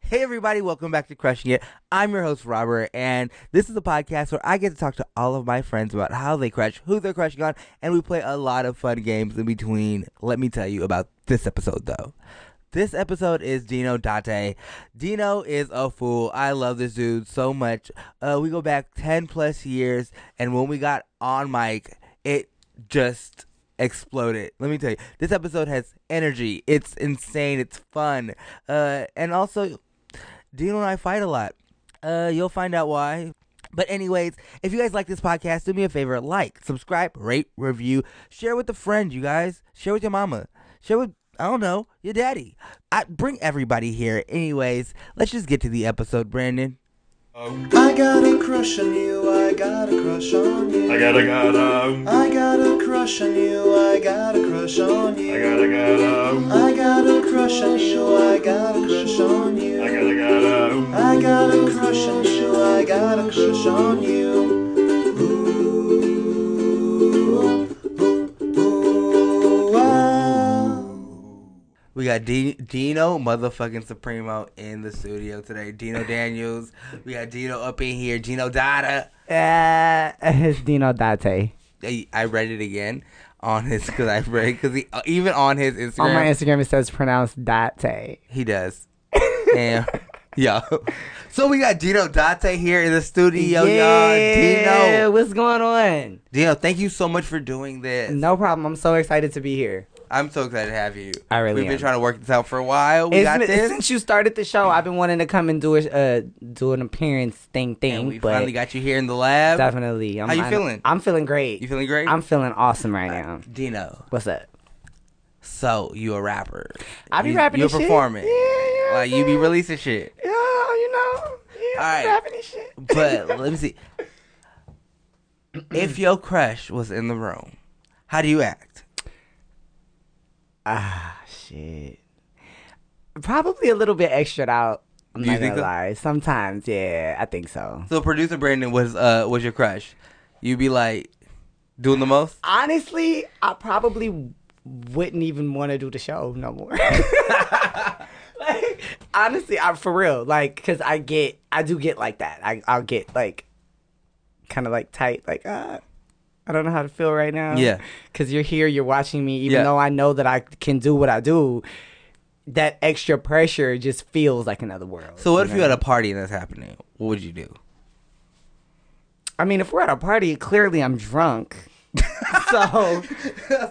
Hey, everybody, welcome back to Crushing It. I'm your host, Robert, and this is a podcast where I get to talk to all of my friends about how they crush, who they're crushing on, and we play a lot of fun games in between. Let me tell you about this episode, though. This episode is Dino Date. Dino is a fool. I love this dude so much. Uh, we go back 10 plus years, and when we got on mic, it just exploded. Let me tell you, this episode has energy. It's insane. It's fun. Uh, and also, Dino and I fight a lot. Uh, you'll find out why. But anyways, if you guys like this podcast, do me a favor: like, subscribe, rate, review, share with a friend. You guys share with your mama. Share with I don't know your daddy. I bring everybody here. Anyways, let's just get to the episode, Brandon. I got a crush on you, I got a crush on you. I gotta gotta, I got a crush on you, I got a crush on I you. gotta gotta, I got a crush on you, I got a crush on I you. gotta gotta, I got a crush on you, I got a crush on you. Ooh, ooh, ooh, wow. We got D- Dino motherfucking Supremo in the studio today. Dino Daniels. We got Dino up in here. Dino Dada. Uh, it's Dino Date. I, I read it again on his because I read because he uh, even on his Instagram. On my Instagram, it says pronounced Date. He does. and yo. So we got Dino Date here in the studio, y'all. Dino. what's going on? Dino, thank you so much for doing this. No problem. I'm so excited to be here. I'm so excited to have you. I really We've been am. trying to work this out for a while. We It's got been- this. Since you started the show, I've been wanting to come and do a uh, do an appearance thing thing, and we but finally got you here in the lab. definitely. I'm, How you I'm- feeling? I'm feeling great. You feeling great? I'm feeling awesome right now. Dino. What's up? So you a rapper. I be you, rapping You're this shit. performing. Yeah, yeah, Like you be yeah. releasing shit. Yeah, you know. All Yeah, right. rapping and shit. But let me see. If your crush was in the room, how do you act? Ah, shit. Probably a little bit extra out. I'm Do you not think so? gonna lie. Sometimes, yeah, I think so. So producer Brandon was uh was your crush. You'd be like doing the most. Honestly, I probably wouldn't even want to do the show no more. like, honestly, I for real, like, cause I get, I do get like that. I, I'll get like, kind of like tight, like, uh, I don't know how to feel right now. Yeah. cause you're here, you're watching me, even Yeah. though I know that I can do what I do. That extra pressure just feels like another world. So what if know? you had a party and that's happening? What would you do? I mean, if we're at a party, clearly I'm drunk. so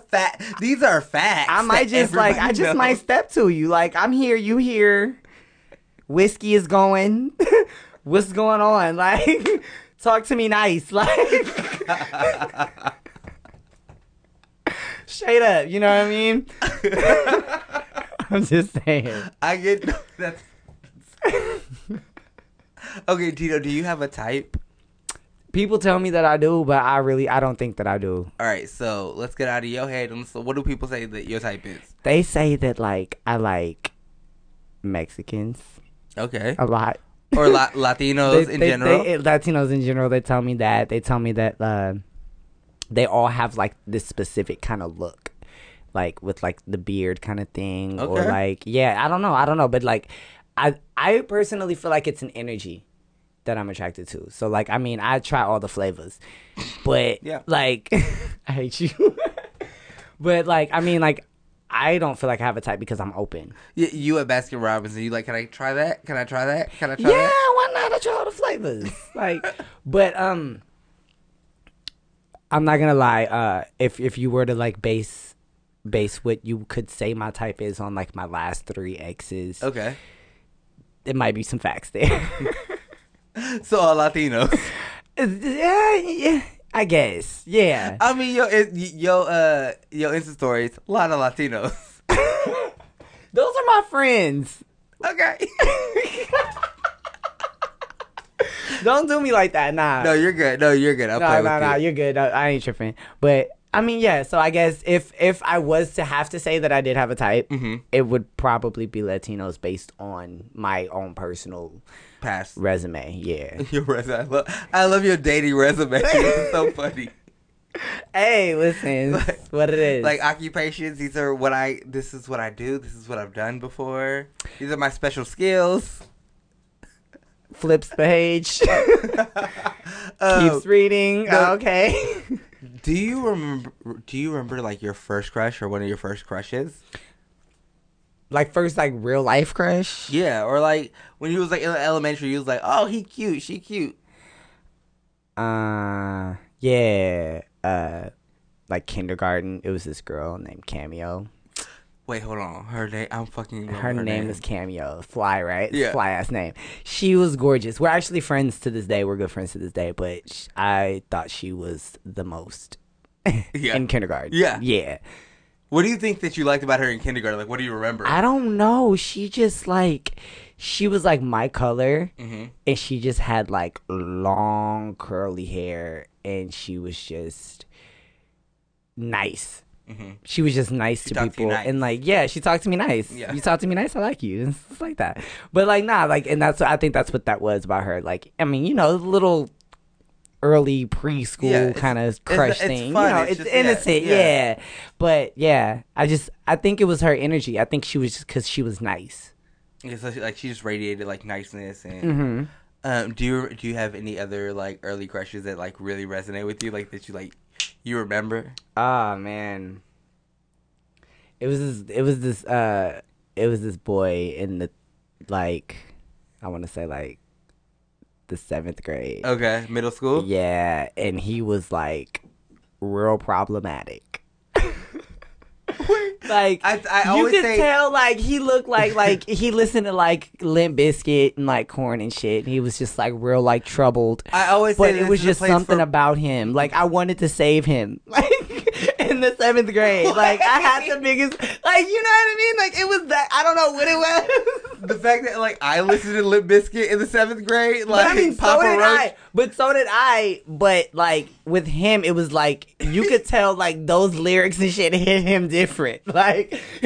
Fat. These are facts. I that might just like I everybody just knows. might step to you. Like I'm here, you here. Whiskey is going. What's going on? Like talk to me nice. Like straight up. You know what I mean? I'm just saying. I get that's. okay, Tito. Do you have a type? People tell me that I do, but I really I don't think that I do. All right. So let's get out of your head. And so, what do people say that your type is? They say that like I like Mexicans Okay. a lot. Or la- Latinos in general. they- Latinos in general, they tell me that they tell me that uh, they all have like this specific kind of look, like with like the beard kind of thing, or Okay. like yeah, I don't know, I don't know, but like I I personally feel like it's an energy that I'm attracted to. So like I mean, I try all the flavors, but Yeah. like I hate you, but like I mean like. I don't feel like I have a type because I'm open. Y- you at Baskin Robbins, and you like, can I try that? Can I try that? Can I try Yeah, that? why not? I try all the flavors. Like, but um, I'm not gonna lie. Uh, if if you were to like base base what you could say my type is on like my last three exes, Okay. it might be some facts there. So all Latinos. yeah, yeah, I guess. Yeah, I mean, yo, it, y- yo, uh, yo, Insta stories, a lot of Latinos. those are my friends. Okay. Don't do me like that. Nah. no, you're good. No, you're good. I'll play no, with no, no, you. you're good. I, I ain't tripping. But I mean, yeah. So I guess if if I was to have to say that I did have a type, Mm-hmm. it would probably be Latinos based on my own personal Pass. resume. Yeah. Your resume. I love, I love your dating resume. it's so funny. hey, listen, Like- what it is? Like occupations, these are what I. This is what I do. This is what I've done before. These are my special skills. flips the page, Uh, keeps reading. no. Okay. do you remember? Do you remember like your first crush or one of your first crushes? like first like real life crush. Yeah, or like when you was like in elementary, you was like, "Oh, he cute, she cute." Uh yeah. Uh like kindergarten. It was this girl named Cameo. Wait, hold on. Her name? I'm fucking. Her, name, is Cameo. Fly, right? Yeah. Fly ass name. She was gorgeous. We're actually friends to this day. We're good friends to this day, but sh- I thought she was the most Yeah. in kindergarten. Yeah. Yeah. What do you think that you liked about her in kindergarten? Like, what do you remember? I don't know. She just like she was like my color Mhm. and she just had like long curly hair and she was just nice. Mhm. She was just nice to talked to you people nice. and like yeah, she talked to me nice. Yeah. You talk to me nice, I like you. It's just like that. But like nah, like and that's I think that's what that was about her. Like I mean, you know, little early preschool Yeah, it's- kind of it's- crush it's thing. fun, You know, it's it's, just- yeah, innocent, yeah. yeah. Yeah. But yeah, I just I think it was her energy. I think she was just because she was nice. Yeah, so she, like she just radiated like niceness and. Mm-hmm. Um, do you do you have any other like early crushes that like really resonate with you, like that you like you remember? Oh man, it was this. It was this. Uh, it was this boy in the like, I want to say like the seventh grade. Okay, middle school. Yeah, and he was like real problematic. like I- I you always could say- tell, like he looked like like he listened to like Limp Biscuit and like Corn and shit, and he was just like real like troubled. I always say but that it this was is a just place something for- about him. Like I wanted to save him, like in the seventh grade. Like I had the biggest, like you know what I mean. Like it was that I don't know what it was. The fact that like I listened to Lip Biscuit in the seventh grade, like But I mean, Papa so did Roach. I. But so did I. But like with him, it was like you could tell like those lyrics and shit hit him different. Like you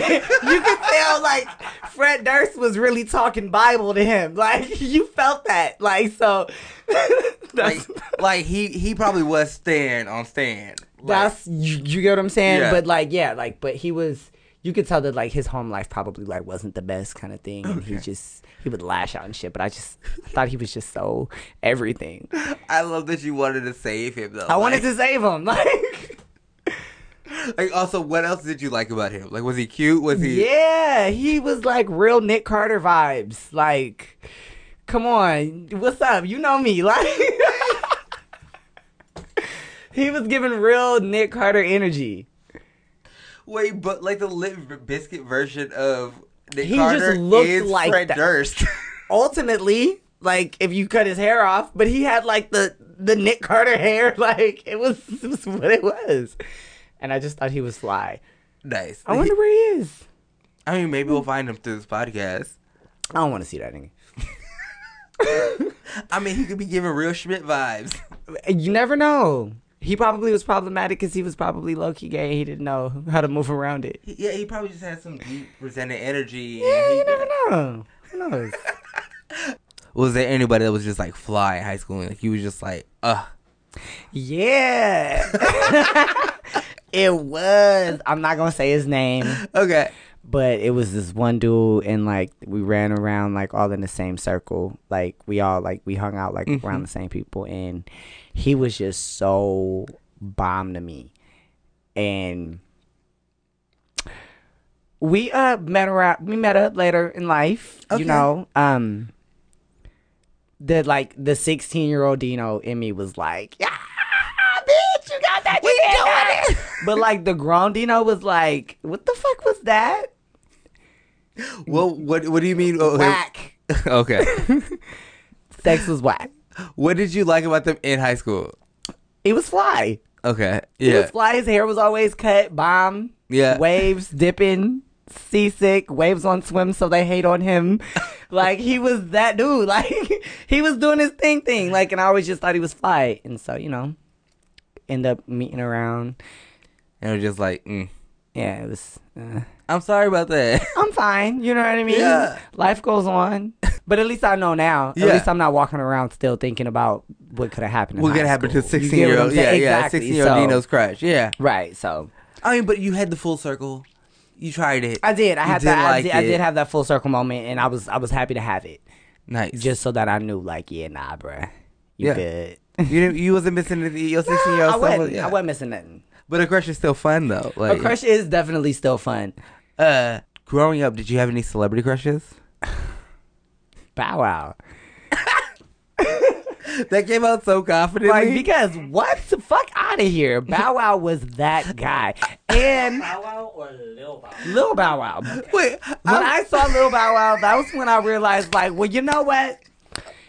could tell like Fred Durst was really talking Bible to him. Like you felt that. Like so. that's, Like, like he he probably was Stan on Stan. Like, that's you, you get what I'm saying. Yeah. But like yeah, like but he was. You could tell that like his home life probably like wasn't the best kind of thing, and he just he would lash out and shit. But I just I thought he was just so everything. I love that you wanted to save him though. I like, wanted to save him. Like, Like also, what else did you like about him? Like, was he cute? Was he? yeah, he was like real Nick Carter vibes. Like, come on, what's up? You know me. Like, he was giving real Nick Carter energy. Wait, but like the Lip Biscuit version of Nick He just Carter looked is like Fred that. Durst. Ultimately, like if you cut his hair off, but he had like the the Nick Carter hair. Like, it was, it was what it was. And I just thought he was fly. nice. I wonder where he is. I mean, maybe we'll find him through this podcast. I don't want to see that nigga. I mean, he could be giving real Schmidt vibes. You never know. He probably was problematic because he was probably low key gay. He didn't know how to move around it. He- Yeah, he probably just had some deep resented energy. and Yeah, he- you never know. Who knows? Was there anybody that was just like fly in high school? And, like you was just like, ugh. yeah. it was. I'm not going to say his name, Okay. but it was this one dude, and like we ran around like all in the same circle. Like we all, like we hung out like around the same people, and he was just so bomb to me. And. we uh met around we met up later in life Okay. you know um the like the 16 year old dino in me was like yeah bitch you got that we doing it but like the grown dino was like what the fuck was that Well, what what do you mean? oh, whack okay. sex was whack What did you like about them in high school? he was fly Okay. he Yeah. was fly his hair was always cut bomb Yeah. waves dipping seasick waves on swim so they hate on him like he was that dude like he was doing his thing thing like and i always just thought he was fly and so you know end up meeting around And it was just like, mm. yeah it was uh, I'm sorry about that. i'm fine you know what i mean Yeah. life goes on but at least i know now Yeah. at least i'm not walking around still thinking about what could have happened in What could high happen to school. You get 16 year what I'm old? Yeah, saying? yeah. Exactly. 16 year old So- Dino's crush. Yeah. right so I mean, but you had the full circle. You tried it. I did. I You had did that. like I, did, I it. did have that full circle moment, and I was I was happy to have it. Nice. just so that I knew, like, yeah, nah, bruh, you Yeah. good. you didn't, you wasn't missing anything. Your sixteen year I old wasn't, I wasn't missing nothing. But a crush is still fun though. Like A crush is definitely still fun. Uh, growing up, did you have any celebrity crushes? Bow Wow. That came out so confidently. Like, because what the fuck out of here? Bow Wow was that guy. And Bow Wow or Lil Bow? Lil Bow Wow. When Wait, I saw Lil Bow Wow, that was when I realized, like, well, you know what?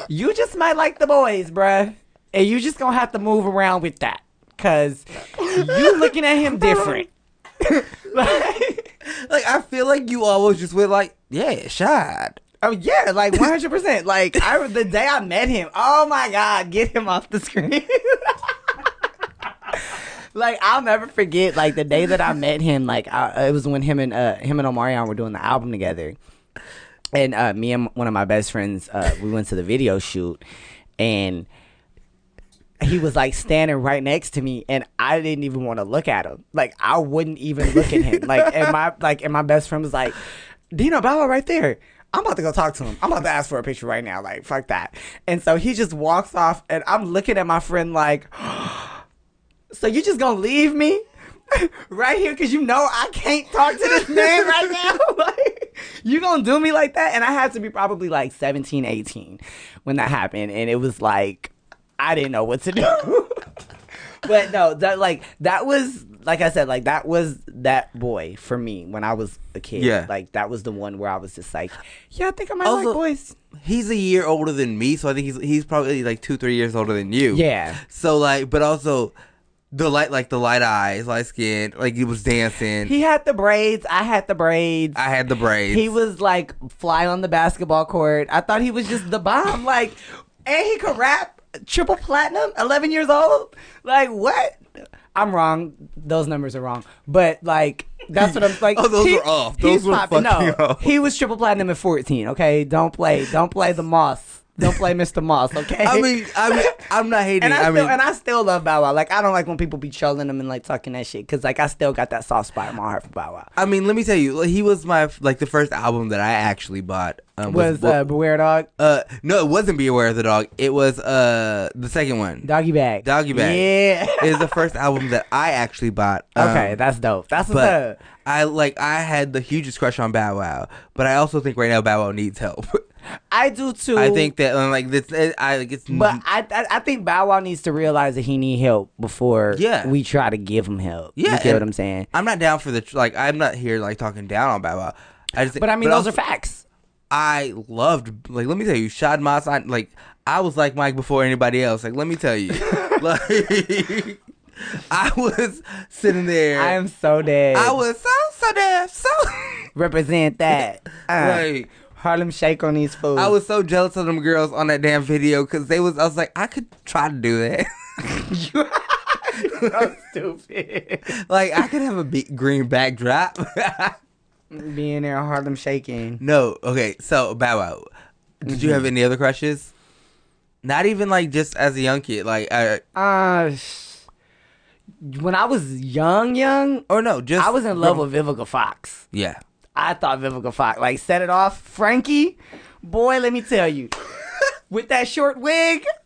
You just might like the boys, bruh. And you just gonna have to move around with that. Cause you looking at him different. like, like I feel like you always just went like, yeah, shot. Oh yeah, like one hundred percent. Like I the day I met him, oh my god, get him off the screen. like I'll never forget, like the day that I met him. Like I, it was when him and uh, him and Omarion were doing the album together, and uh, me and one of my best friends, uh, we went to the video shoot, and he was like standing right next to me and I didn't even want to look at him. Like I wouldn't even look at him. Like and my like and my best friend was like, Dino Bauer right there. I'm about to go talk to him. I'm about to ask for a picture right now. Like, fuck that. And so he just walks off and I'm looking at my friend like, So you just gonna leave me? Right here, cause you know I can't talk to this man right now. like, you gonna do me like that? And I had to be probably like 17, 18 when that happened. And it was like, I didn't know what to do. but no, that like that was like I said, like that was that boy for me when I was a kid. Yeah. Like that was the one where I was just like, Yeah, I think I might Also- like boys. He's a year older than me, so I think he's he's probably like two, three years older than you. Yeah. So like, but also the light, like the light eyes, light skin, like he was dancing. He had the braids, I had the braids. I had the braids. He was like fly on the basketball court. I thought he was just the bomb. Like, and he could rap triple platinum, 11 years old. Like, what? I'm wrong. Those numbers are wrong. But like, that's what I'm like. Oh, those he- were off. he's Those were popping- fucking no, off. He was triple platinum at 14. Okay, don't play. Don't play the Moss. Don't play Mr. Moss. Okay. I mean, I mean, I'm not hating. And I, I, still mean, and I still love Bow Wow. Like I don't like when people be trolling him and like talking that shit because like I still got that soft spot in my heart for Bow Wow. I mean, let me tell you, like, he was my like the first album that I actually bought um, Was uh, Beware Dog Uh, no, it wasn't Be Aware of the Dog. It was uh the second one. Doggy Bag? Doggy Bag. Um, Yeah. It is the first album that I actually bought. Um, Okay, that's dope. That's what's but up. I like I had the hugest crush on Bow Wow, but I also think right now Bow Wow needs help. I do too. I think that um, like this, it, I like it's but I, I I think Bow Wow needs to realize that he need help before Yeah. we try to give him help. Yeah, you get what and- I'm saying. I'm not down for the tr- like I'm not here like talking down on Bow Wow. I just But I mean, those also, are facts. I loved like let me tell you, Shad Moss. I like I was like Mike before anybody else. Like let me tell you, like I was sitting there. I am so dead. I was so so damn so. represent that. Uh, like Harlem Shake on these fools. I was so jealous of them girls on that damn video because they was. I was like, I could try to do that. so stupid. like I could have a big green backdrop. Being there, Harlem shaking. no, okay. So Bow Wow, did you Mm-hmm. have any other crushes? Not even like just as a young kid, like uh, Uh, sh- when I was young, young, or no, just I was in love with Vivica Fox. yeah. I thought Vivica Fox like set it off. Frankie, boy, let me tell you, with that short wig,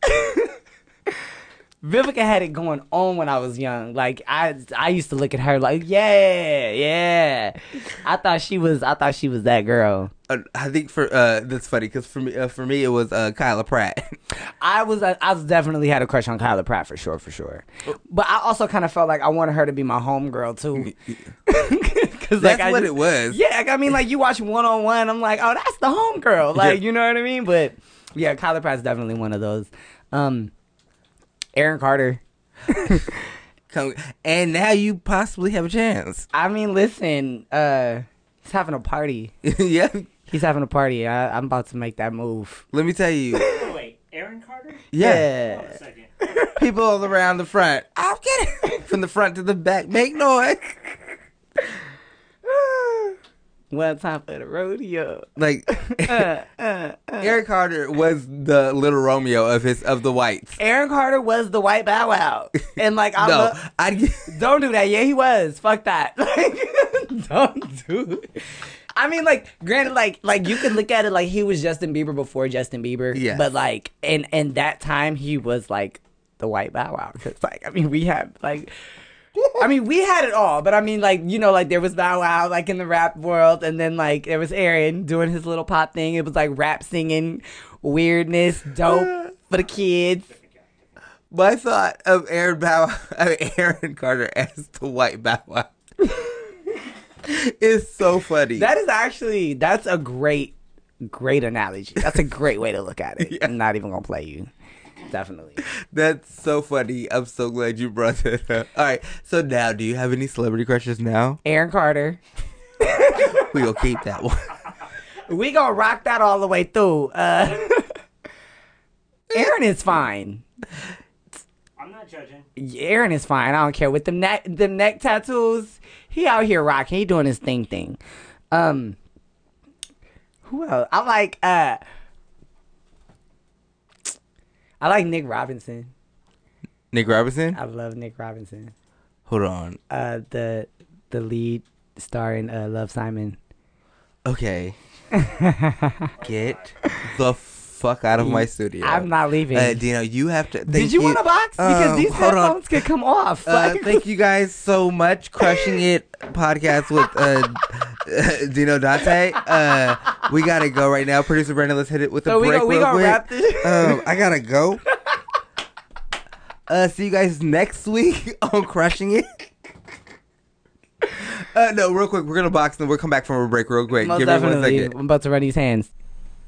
Vivica had it going on when I was young. Like I, I used to look at her like, yeah, yeah. I thought she was, I thought she was that girl. Uh, I think for uh, that's funny because for me, uh, for me, it was uh, Kyla Pratt. I was, I, I was definitely had a crush on Kyla Pratt for sure, for sure. Oh. But I also kind of felt like I wanted her to be my homegirl too. Cause Mm, that's I what just- it was. Yeah, like, I mean, like you watch one on one, I'm like, oh, that's the homegirl. Like, Yeah. you know what I mean? But yeah, Kyler Pratt's definitely one of those. Um, Aaron Carter. Come, and now you possibly have a chance. I mean, listen, uh, he's having a party. yeah, He's having a party. I, I'm about to make that move. let me tell you. Wait, wait, Aaron Carter? Yeah, Hold on a second. people all around the front. I'm kidding. From the front to the back, make noise. One time for the rodeo. Like Uh, Eric Carter was the little Romeo of his of the whites. Aaron Carter was the white bow wow, and like I No, lo- I Don't do that. Yeah, he was. Fuck that. Like, don't do it. I mean, like, granted, like, like you can look at it like he was Justin Bieber before Justin Bieber. Yes. But like, and and that time he was like the white bow wow. 'Cause, like, I mean, we had like. I mean, we had it all, but I mean, like you know, like there was Bow Wow, like in the rap world, and then like there was Aaron doing his little pop thing. It was like rap singing, weirdness, dope for the kids. My thought of Aaron Bow, I mean, Aaron Carter as the white Bow Wow is so funny. That is actually that's a great, great analogy. That's a great way to look at it. I'm not even gonna play you. Definitely. That's so funny. I'm so glad you brought that up. All right. So now, do you have any celebrity crushes now? Aaron Carter. We will keep that one. We gonna rock that all the way through. Uh, Aaron is fine. I'm not judging. Aaron is fine. I don't care with the neck, the neck tattoos. He out here rocking. He doing his thing thing. Um, who else? I like. uh I like Nick Robinson. Nick Robinson? I love Nick Robinson. Hold on. uh the the lead star in uh, Love Simon. Okay. Get the fuck out of my studio. I'm not leaving. Uh, Dino, you have to. Did thank you, want a box? Because Um, these hold on. headphones could come off. Uh, Like- thank you guys so much. Crushing It podcast with uh, Dino Dante. Uh, we gotta go right now. Producer Brandon, let's hit it with a So we break gonna, we real gonna quick. wrap this. um, I gotta go. Uh, see you guys next week on Crushing It. Uh, no, real quick, we're gonna box and we'll come back from a break real quick. Most Give me one definitely. second. I'm about to run these hands.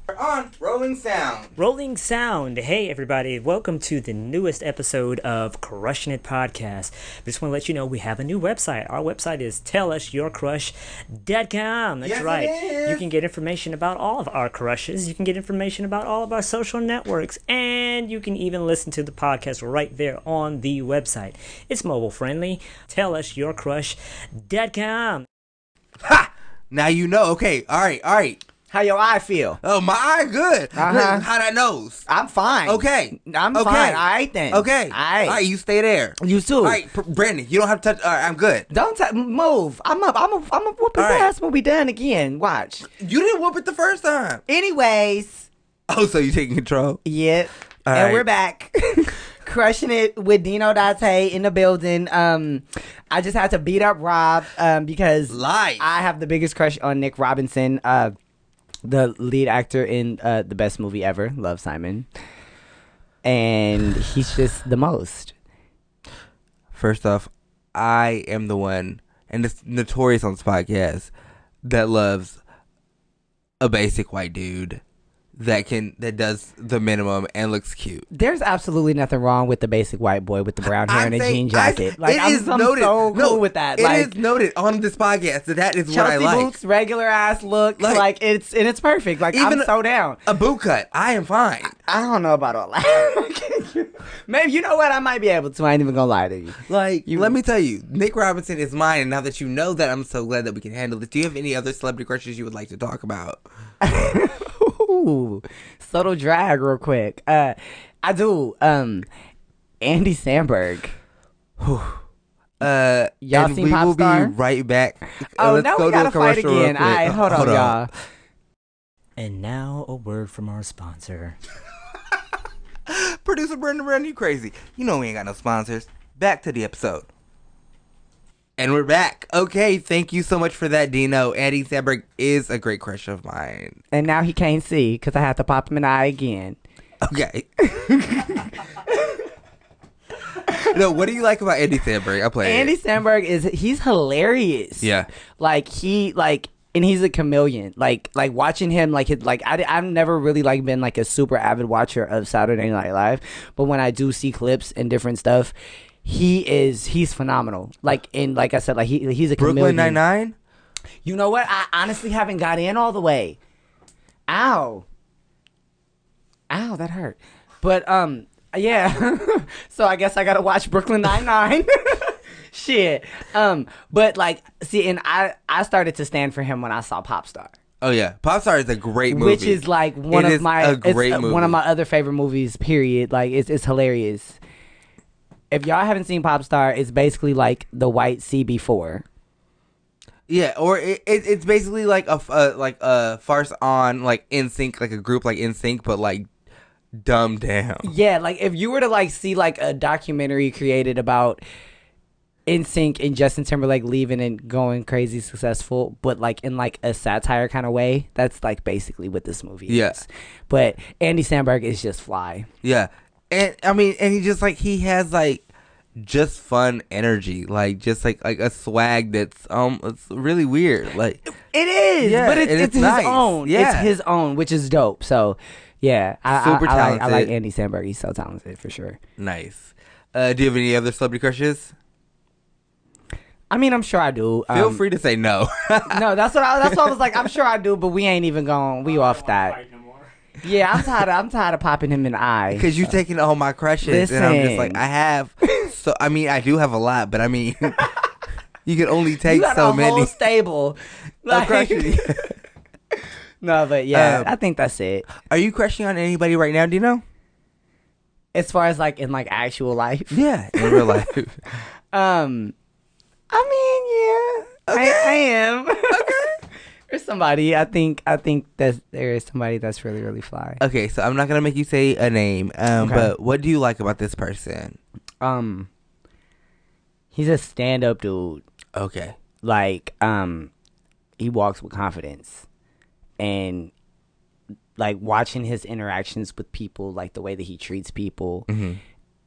We're on rolling sound. Rolling Sound. Hey, everybody. Welcome to the newest episode of Crushing It Podcast. Just want to let you know we have a new website. Our website is tellusyourcrush.com. That's Yes, it right. is. You can get information about all of our crushes. You can get information about all of our social networks. And you can even listen to the podcast right there on the website. It's mobile friendly. Tellusyourcrush.com. Now you know. Okay, all right, all right. How your eye feel? Oh, my eye good. Uh-huh. How that nose? I'm fine. Okay, I'm okay. fine. All right then. Okay, All right. all right. You stay there. You too. All right, P- Brandon, you don't have to touch. All right, I'm good. Don't t- move. I'm up. I'm a, I'm a whoop his All right. ass when we done again. Watch. You didn't whoop it the first time. Anyways. Oh, so you taking control? Yep. All and right. we're back. Crushing it with Dino Date in the building. Um, I just had to beat up Rob um, because Lies. I have the biggest crush on Nick Robinson, uh, the lead actor in uh, the best movie ever, Love Simon. And he's just the most. First off, I am the one, and it's notorious on this podcast, that loves a basic white dude that can that does the minimum and looks cute. There's absolutely nothing wrong with the basic white boy with the brown hair I'm and a saying- jean jacket. I, like it I'm, is I'm noted. so cool no, with that. It is like noted on this podcast that that is what I Chelsea like. boots, regular ass look, Like- like, it's and it's perfect. Like Even- I'm so down. A boot cut, I am fine. I don't know about all that. Maybe you know what? I might be able to. I ain't even gonna lie to you. Like, You- let me tell you, Nick Robinson is mine. And now that you know that, I'm so glad that we can handle this. Do you have any other celebrity crushes you would like to talk about? Ooh, subtle drag, real quick. Uh, I do. Um, Andy Sandberg. Uh, Y'all and seen we will Popstar? be right back. Uh, Oh, let's now go we to a gotta fight commercial real again. All quick. right, hold, Hold on, on. y'all. And now a word from our sponsor. Producer Brenda Brenda, you crazy. You know we ain't got no sponsors. Back to the episode. And we're back. Okay, thank you so much for that, Dino. Andy Samberg is a great crush of mine. And now he can't see because I have to pop him an eye again. Okay. no, what do you like about Andy Samberg? I play Andy Sandberg is he's hilarious. Yeah. like he like. And he's a chameleon. Like, like watching him, like, his, like I, I've never really like been like a super avid watcher of Saturday Night Live, but when I do see clips and different stuff, he is he's phenomenal. Like, and like I said, like he he's a Brooklyn chameleon. Nine Nine. You know what? I honestly haven't got in all the way. Ow. Ow, that hurt. But um yeah. so I guess I gotta watch Brooklyn Nine Nine. Shit. Um, but like see, and I I started to stand for him when I saw Popstar. Oh yeah, Popstar is a great movie. Which is like one It of is my a it's, great uh, movie. one of my other favorite movies, period. Like it's it's hilarious. If y'all haven't seen Popstar, it's basically like the white CB4. Yeah, or it, it, it's basically like a f- uh, like a farce on like in sync, like a group like in sync, but like dumbed down. Yeah, like if you were to like see like a documentary created about NSYNC and Justin Timberlake leaving and going crazy successful, but like in like a satire kind of way, that's like basically what this movie Yeah. is. But Andy Sandberg is just fly. Yeah, and I mean, and he just like he has like just fun energy, like just like like a swag that's um it's really weird. Like It is, Yeah, but it's, and it's, it's nice. his own. Yeah. It's his own, which is dope. So yeah, I, Super I, I, like, I like talented. Andy Sandberg. He's so talented for sure. nice. Uh, do you have any other celebrity crushes? I mean, I'm sure I do. Feel Um, free to say no. No, that's what I, that's what I was like. I'm sure I do, but we ain't even going. We off that. Yeah, I'm tired. Of, I'm tired of popping him in the eye. Because you've taken all my crushes, and I'm just like, Listen. I have. So I mean, I do have a lot, but I mean, you can only you take got so a many. whole stable. of Like, crushes. no, but yeah, Um, I think that's it. Are you crushing on anybody right now? Do you know? As far as like in like actual life, Yeah, in real life. um, I mean, yeah, I, I am. Okay. There's somebody. I think. I think that there is somebody that's really really fly. okay, so I'm not gonna make you say a name, um, Okay. but what do you like about this person? Um, he's a stand up dude. Okay, like um he walks with confidence and like watching his interactions with people like the way that he treats people Mm-hmm.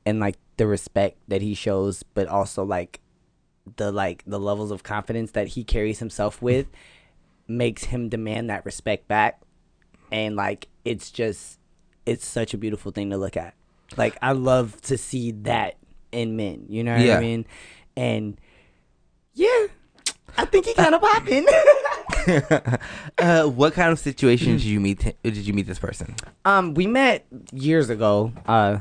and like the respect that he shows but also like the like the levels of confidence that he carries himself with makes him demand that respect back and like it's just it's such a beautiful thing to look at like i love to see that in men you know what Yeah. i mean and yeah, I think he kind of popping. uh, what kind of situation did you meet? did you meet this person? um, we met years ago. Uh,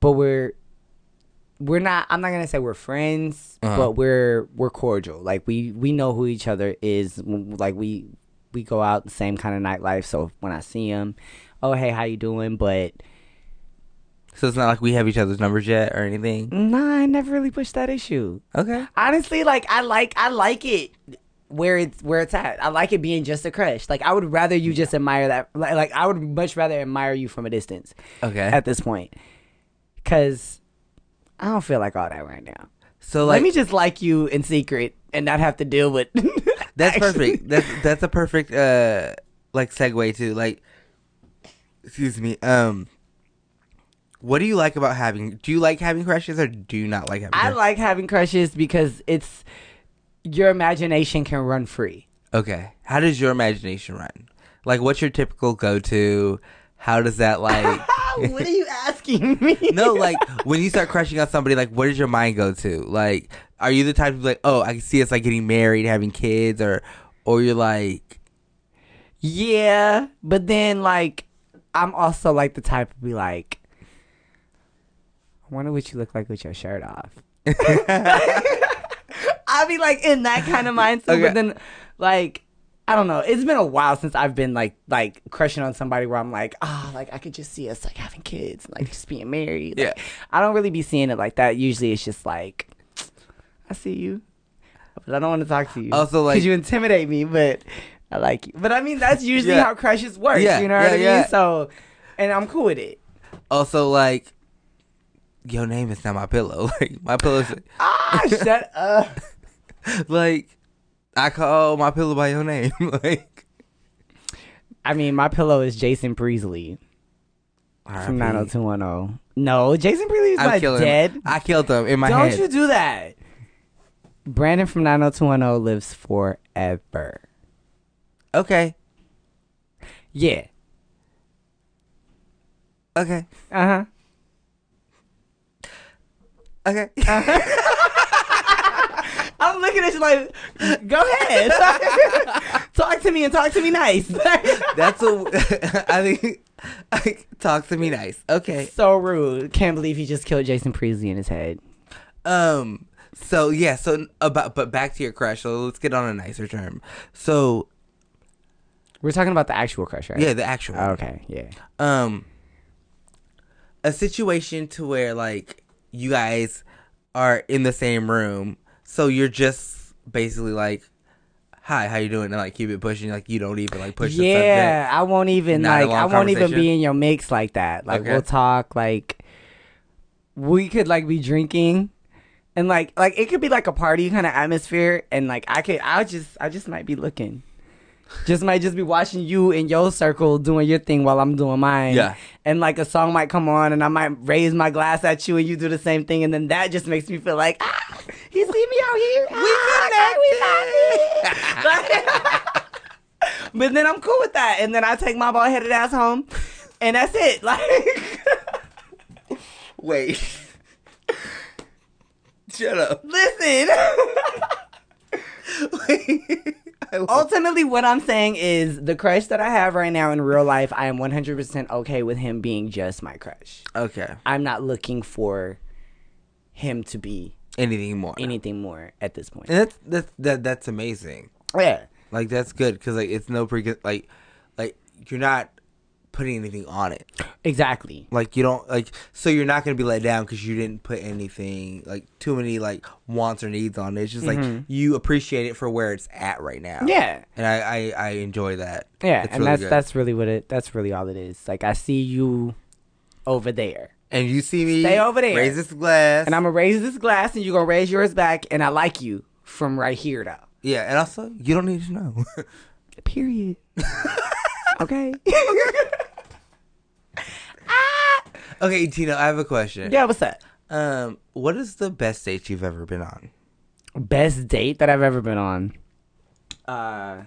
but we're we're not. I'm not gonna say we're friends, but we're we're cordial. Like we we know who each other is. Like we we go out the same kind of nightlife. So when I see him, oh hey, how you doing? But So it's not like we have each other's numbers yet or anything. nah, I never really pushed that issue. Okay. honestly like i like i like it where it's where it's at i like it being just a crush like i would rather you just admire that like, like i would much rather admire you from a distance Okay. at this point because i don't feel like all that right now so let like me just like you in secret and not have to deal with That's Actually- perfect. That's that's a perfect uh like segue to like excuse me. Um what do you like about having do you like having crushes or do you not like having i crushes? like having crushes because it's your imagination can run free okay. How does your imagination run? Like what's your typical go to? How does that like what are you asking me No, like when you start crushing on somebody, like where does your mind go to? Like are you the type of like, oh, I can see us like getting married, having kids or or you're like Yeah, but then like I'm also like the type to be like, I wonder what you look like with your shirt off. I'll be like in that kind of mindset, Okay. but then like I don't know. It's been a while since I've been like like crushing on somebody where I'm like, ah, like I could just see us like having kids, and, like just being married. Like, Yeah. I don't really be seeing it like that. Usually, it's just like, I see you, but I don't want to talk to you. Also, like- because you intimidate me, but I like you. But I mean, that's usually Yeah. how crushes work. Yeah, You know yeah, what I mean? yeah. So, and I'm cool with it. also like your name is not my pillow. Like my pillow's Ah, shut up. like I call my pillow by your name. like I mean, my pillow is Jason Priestley from 90210. No, Jason Priestley is I'm not killing dead. him. I killed him in my Don't head. you do that. Brandon from 90210 lives forever. okay. Yeah. Okay. Uh huh. Okay. I'm looking at you like, go ahead. talk to me and talk to me nice. That's a I think like, talk to me nice. Okay. so rude. Can't believe he just killed Jason Priestley in his head. Um so yeah, so about but back to your crush. So let's get on a nicer term. So We're talking about the actual crush, right? Oh, yeah, the actual Okay. Yeah. um a situation to where like you guys are in the same room so you're just basically like, "Hi, how you doing?" And like keep it pushing, like you don't even like push. the yeah, subject. I won't even Not a like long I won't even conversation? be in your mix like that. Like Okay. we'll talk like we could like be drinking and like like it could be like a party kind of atmosphere and like I could I just I just might be looking. Just might just be watching you in your circle doing your thing while I'm doing mine. Yeah. And like a song might come on and I might raise my glass at you and you do the same thing and then that just makes me feel like ah, you see me out here. We we connected. But then I'm cool with that. And then I take my bald headed ass home and that's it. Like Wait. Shut up. listen. I love- Ultimately, what I'm saying is the crush that I have right now in real life, I am 100% okay with him being just my crush. okay. I'm not looking for him to be Anything more? anything more at this point. And that's that's that, that's amazing. Yeah. Like that's good because like it's no pre like like you're not putting anything on it. Exactly. Like you don't like so you're not gonna be let down because you didn't put anything like too many like wants or needs on it. It's just like you appreciate it for where it's at right now. Mm-hmm. Yeah. and I I, I enjoy that. Yeah, It's and really that's good. that's really what it that's really all it is. Like I see you over there. and you see me Stay over there. raise this glass And I'm going to raise this glass and you're going to raise yours back and I like you from right here though. yeah, and also you don't need to know. Period. okay. okay, Tina, I have a question. yeah, what's up? Um, what is the best date you've ever been on? best date that I've ever been on. Uh,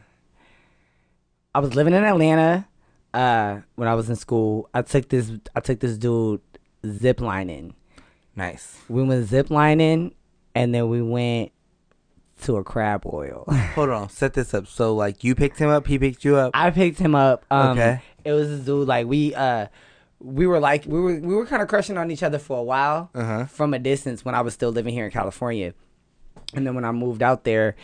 I was living in Atlanta uh, when I was in school. I took this I took this dude zip lining. Nice. We went zip lining, and then we went to a crab oil. Hold on, set this up. So like you picked him up, he picked you up. I picked him up. Um, Okay. It was this dude like we uh we were like we were we were kind of crushing on each other for a while Uh-huh. from a distance when I was still living here in California, and then when I moved out there,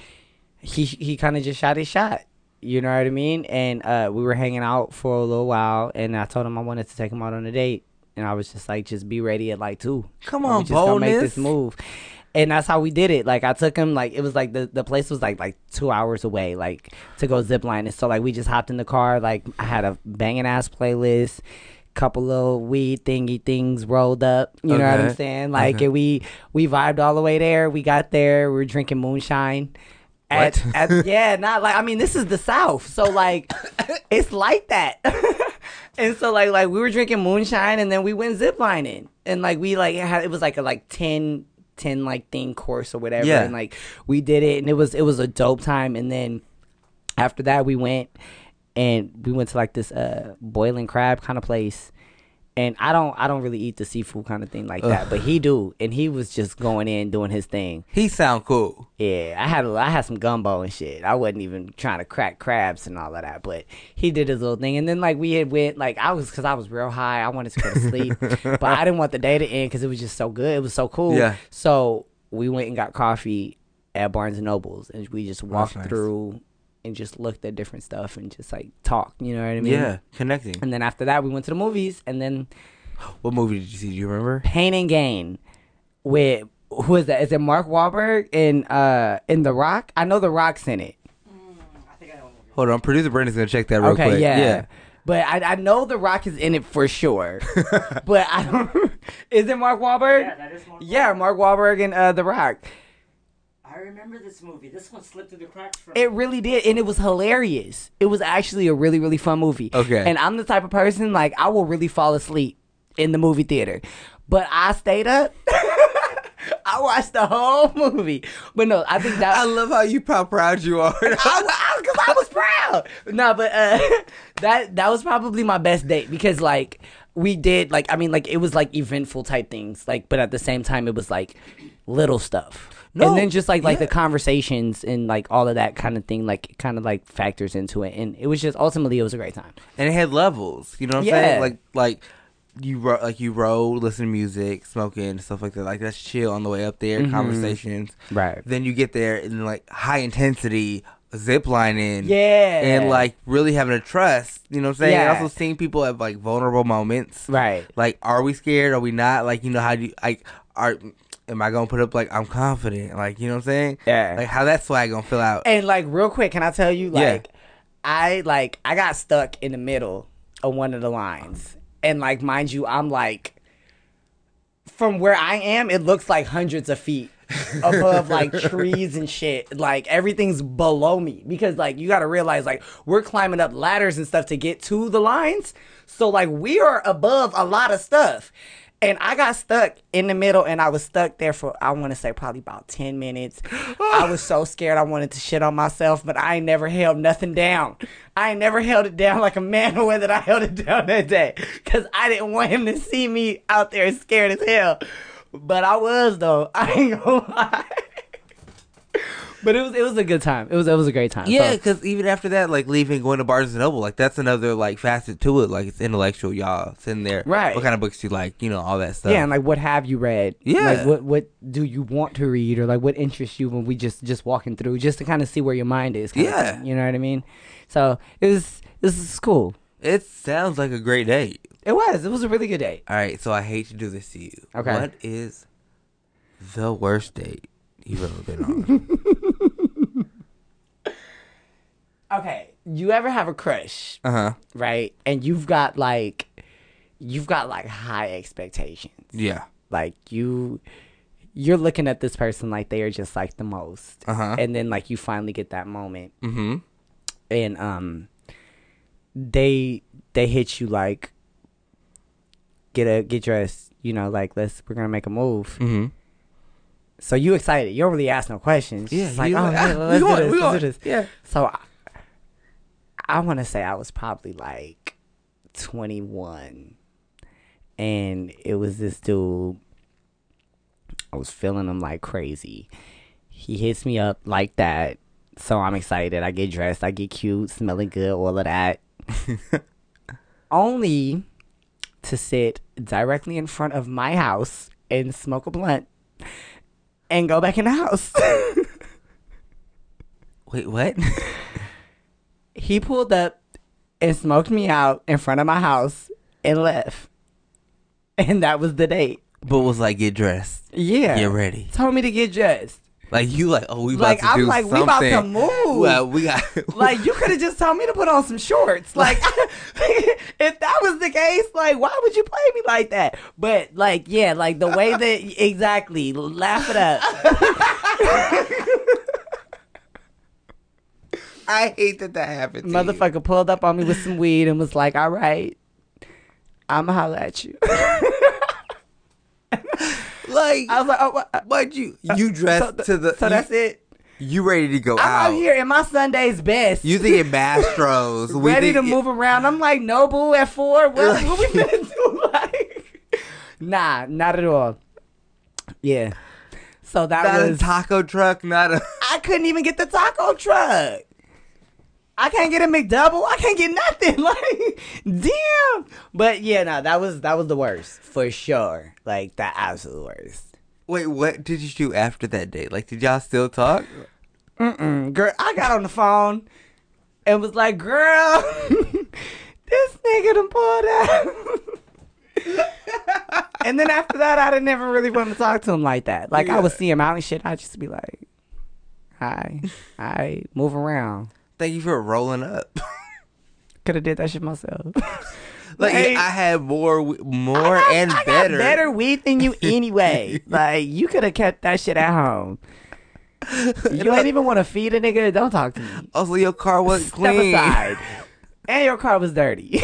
he he kind of just shot his shot. You know what I mean? And uh, we were hanging out for a little while, and I told him I wanted to take him out on a date, and I was just like, just be ready at like two. Come And on, we just gonna make boldness. this move. And that's how we did it. Like I took him, like it was like the, the place was like like two hours away, like to go zip line. And so like we just hopped in the car. Like I had a banging ass playlist, couple little weed thingy things rolled up. You know what I'm Okay. saying? Like and we we vibed all the way there. We got there. We were drinking moonshine. At, What? at, yeah, not like I mean this is the South, so like it's like that. and so like like we were drinking moonshine and then we went ziplining and like we like had it was like a like 10, 10 like thing course or whatever Yeah. and like we did it and it was it was a dope time and then after that we went and we went to like this uh boiling crab kind of place and i don't i don't really eat the seafood kind of thing like that but he do and he was just going in doing his thing He sound cool. yeah i had a, i had some gumbo and shit i wasn't even trying to crack crabs and all of that but he did his little thing and then like we had went like i was because i was real high i wanted to go to sleep but i didn't want the day to end because it was just so good it was so cool Yeah. so we went and got coffee at barnes and nobles and we just walked nice. through and just looked at different stuff and just like talked you know what i mean Yeah, connecting. and then after that, we went to the movies, and then What movie did you see? Do you remember? Pain and Gain with who is that? Is it Mark Wahlberg in uh in The Rock? I know The Rock's in it. Hold on, producer Brandon's gonna check that real okay, quick. yeah. But I, I know The Rock is in it for sure. but I don't. is it Mark Wahlberg? Yeah, that is Mark Yeah, Mark Wahlberg and uh, The Rock. I remember this movie. This one slipped through the cracks for It really did, and it was hilarious. It was actually a really, really fun movie. Okay. And I'm the type of person like I will really fall asleep in the movie theater, but I stayed up. I watched the whole movie, but no, I think that I love how you how proud you are. I, I, 'cause I was proud. No, but uh, that that was probably my best date because like we did like I mean like it was like eventful type things like but at the same time it was like little stuff. No, and then just like like yeah. the conversations and like all of that kind of thing like kind of like factors into it and it was just ultimately it was a great time. and it had levels. You know what I'm Yeah. saying? Like like you ro- like you rode, listen to music, smoking, stuff like that. Like that's chill on the way up there, conversations. Right. Then you get there and like high intensity zip lining. Yeah. And like really having a trust. You know what I'm saying? And Yeah. also seeing people at like vulnerable moments. Right. Like, are we scared? Are we not? Like, you know, how do you like are am I gonna put up like I'm confident? Like you know what I'm saying? Yeah. Like how that swag gonna fill out? And like real quick, can I tell you Yeah. like I like I got stuck in the middle of one of the lines. And like mind you, I'm like from where I am, it looks like hundreds of feet above like trees and shit. Like everything's below me because like you got to realize like we're climbing up ladders and stuff to get to the lines. So like we are above a lot of stuff. And I got stuck in the middle and I was stuck there for I want to say probably about 10 minutes. I was so scared I wanted to shit on myself, but I ain't never held nothing down. I ain't never held it down like a man the way that I held it down that day cuz I didn't want him to see me out there scared as hell. But I was though. I ain't gonna lie. But it was it was a good time. It was it was a great time. Yeah, So- because even after that, like leaving, going to Barnes and Noble, like that's another like facet to it. Like it's intellectual, y'all sitting there. Right. What kind of books do you like? You know, all that stuff. yeah, and like what have you read? Yeah. Like what what do you want to read or like what interests you when we just just walking through just to kind of see where your mind is. kinda Yeah. thing, you know what I mean? So it was this is cool. it sounds like a great date. It was. It was a really good day. All right, so I hate to do this to you. Okay. What is the worst date you've ever been on? Okay. You ever have a crush, uh huh. right? And you've got like you've got like high expectations. Yeah. like you you're looking at this person like they are just like the most Uh-huh. and then like you finally get that moment Mm-hmm. and um they they hit you like get a get dressed you know like let's we're gonna make a move Mm-hmm. so you excited you don't really ask no questions Yeah, It's like you oh like, yeah, ah, we let's, do going, this, we let's do going." this Yeah. so i, I want to say i was probably like 21 and it was this dude i was feeling him like crazy he hits me up like that so i'm excited i get dressed i get cute smelling good all of that only to sit directly in front of my house and smoke a blunt and go back in the house Wait, what? he pulled up and smoked me out in front of my house and left. And that was the date. but was like get dressed, Yeah. get ready. Told me to get dressed. Like you, like oh we about Like, to I'm do like, something. we about to move. Well, we got Like you could have just told me to put on some shorts. Like if that was the case, like why would you play me like that? But like yeah, like the way that exactly laugh it up. I hate that that happened. to you. Motherfucker pulled up on me with some weed and was like, "All right, I'ma holler at you." Like I was like, "Oh, what? But you you dressed so th- to the e- so that's it. You ready to go out? I'm out here in my Sunday's best." You thinking Mastros? we ready think- to move around. I'm like, no boo at four. What, what we finna do? Like, nah, not at all. Yeah. So that Not a was. taco truck. Not a. I couldn't even get the taco truck. I can't get a McDouble. I can't get nothing. Like, damn. But yeah, no, that was that was the worst for sure. Like the absolute worst. Wait, what did you do after that date? Like, did y'all still talk? Girl, I got on the phone and was like, girl, this nigga done pulled out. and then after that, I didn't never really want to talk to him like that. Like, I would see him out and shit. I'd just be like, hi, hi, move around. Thank you for rolling up. Could have did that shit myself. like Like- I had more, w- more I got- and I better. Got better weed than you anyway. like, you could have kept that shit at home. You ain't even want to feed a nigga. Don't talk to me. Also, your car wasn't Step clean. aside. and your car was dirty.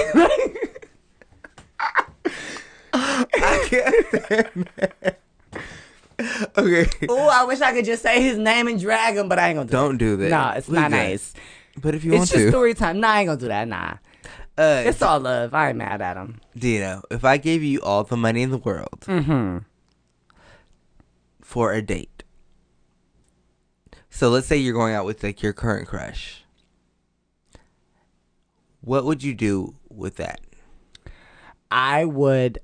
I can't stand that. Okay, Ooh, I wish I could just say his name and drag him, but I ain't gonna do don't do that. that. Nah, it's We not good. nice. But if you It's want just to, story time. Nah, I ain't gonna do that. Nah. uh, It's all love. I ain't mad at him. Dino, if I gave you all the money in the world Mm. Mm-hmm. for a date, so let's say you're going out with like your current crush, what would you do with that? I would.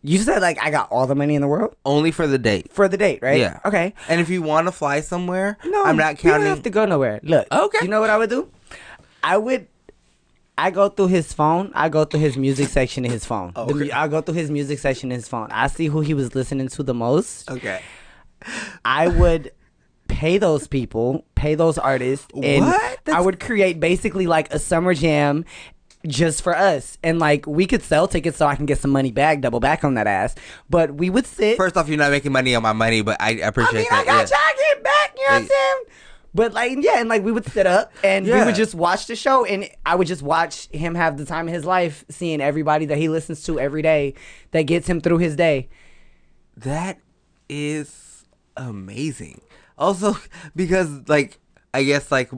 You said, like, I got all the money in the world Only for the date, for the date, right? yeah. Okay. And if you want to fly somewhere, No, I'm not you don't counting. have to go nowhere. Look. Okay. You know what I would do? I would. I go through his phone. I go through his music section in his phone. The mu- Oh, Okay. I go through his music section in his phone. I see who he was listening to the most. okay, I would pay those people, pay those artists, and What? I That's- would create basically like a summer jam just for us. And like we could sell tickets so I can get some money back, double back on that ass. But we would sit. First off, you're not making money on my money, but I I appreciate mean, I that. got yeah. y'all get back. You know what I'm Yeah. saying? But like, yeah, and like we would sit up and we Yeah. would just watch the show, and I would just watch him have the time of his life, seeing everybody that he listens to every day that gets him through his day. That is amazing. Also, because like I guess like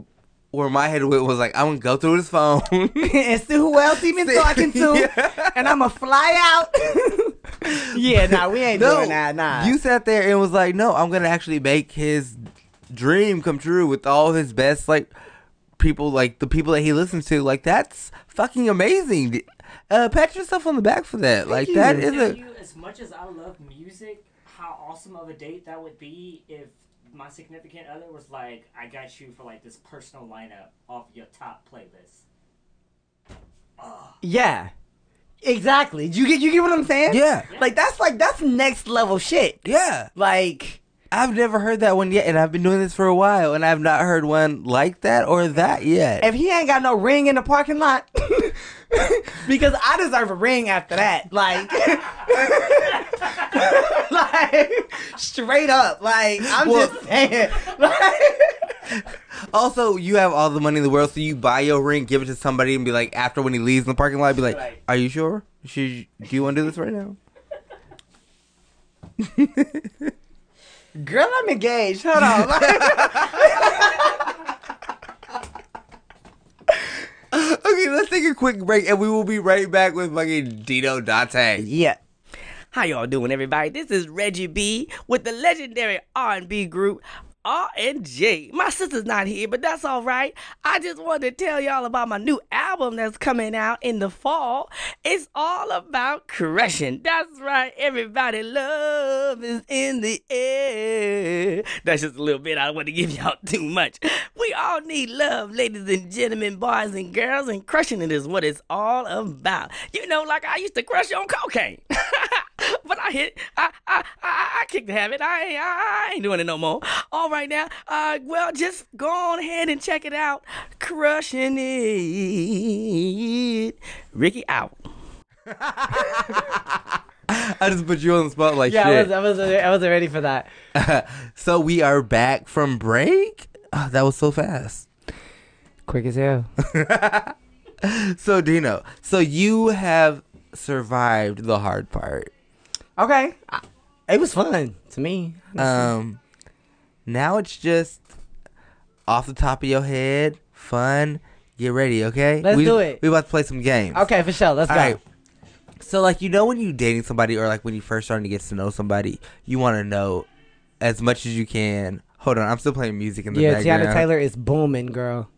where my head went was like I'm gonna go through his phone. and see who else he been See- talking to, Yeah. and I'ma fly out. yeah, nah, we ain't doing that. Nah, You sat there and was like, no, I'm gonna actually make his dream come true with all his best like people, like the people that he listens to. Like that's fucking amazing. Uh, pat yourself on the back for that. like you. that is Tell a you, as much as I love music, how awesome of a date that would be if my significant other was like, "I got you for like this personal lineup off your top playlist." yeah, exactly. You get, you get what I'm saying? Yeah. like that's like that's next level shit. yeah. Like, I've never heard that one yet, and I've been doing this for a while, and I've not heard one like that or that yet. if he ain't got no ring in the parking lot, because I deserve a ring after that. Like, like straight up. Like, I'm Well- just saying. Like, Also, you have all the money in the world, so you buy your ring, give it to somebody, and be like, after when he leaves in the parking lot, be like, Right. "Are you sure? Should do you want to do this right now?" girl, I'm engaged. Hold on. Okay, let's take a quick break and we will be right back with fucking Dino Dante. Yeah. How y'all doing, everybody? This is Reggie B with the legendary R&B group R&J. My sister's not here, but that's all right. I just wanted to tell y'all about my new album that's coming out in the fall. It's all about crushing. That's right, everybody. Love is in the air. That's just a little bit. I don't want to give y'all too much. We all need love, ladies and gentlemen, boys and girls, and crushing it is what it's all about. You know, like I used to crush on cocaine. but I hit, I, I, I, I kicked the habit. I, ain't- I, I ain't doing it no more. All right now, uh, well, just go on ahead and check it out. Crushing it, Ricky out. I just put you on the spot like shit. I was, I was ready for that. So we are back from break. Oh, that was so fast. Quick as hell. So Dino, so you have survived the hard part. Okay, it was fun to me. Mm-hmm. Um, now it's just off the top of your head, fun. Get ready, okay? Let's We- do it. We about to play some games. Okay, for sure. Let's All right. So like you know when you dating somebody or like when you first starting to get to know somebody, you want to know as much as you can. Hold on, I'm still playing music in the Yeah, background. Tiana Taylor is booming, girl.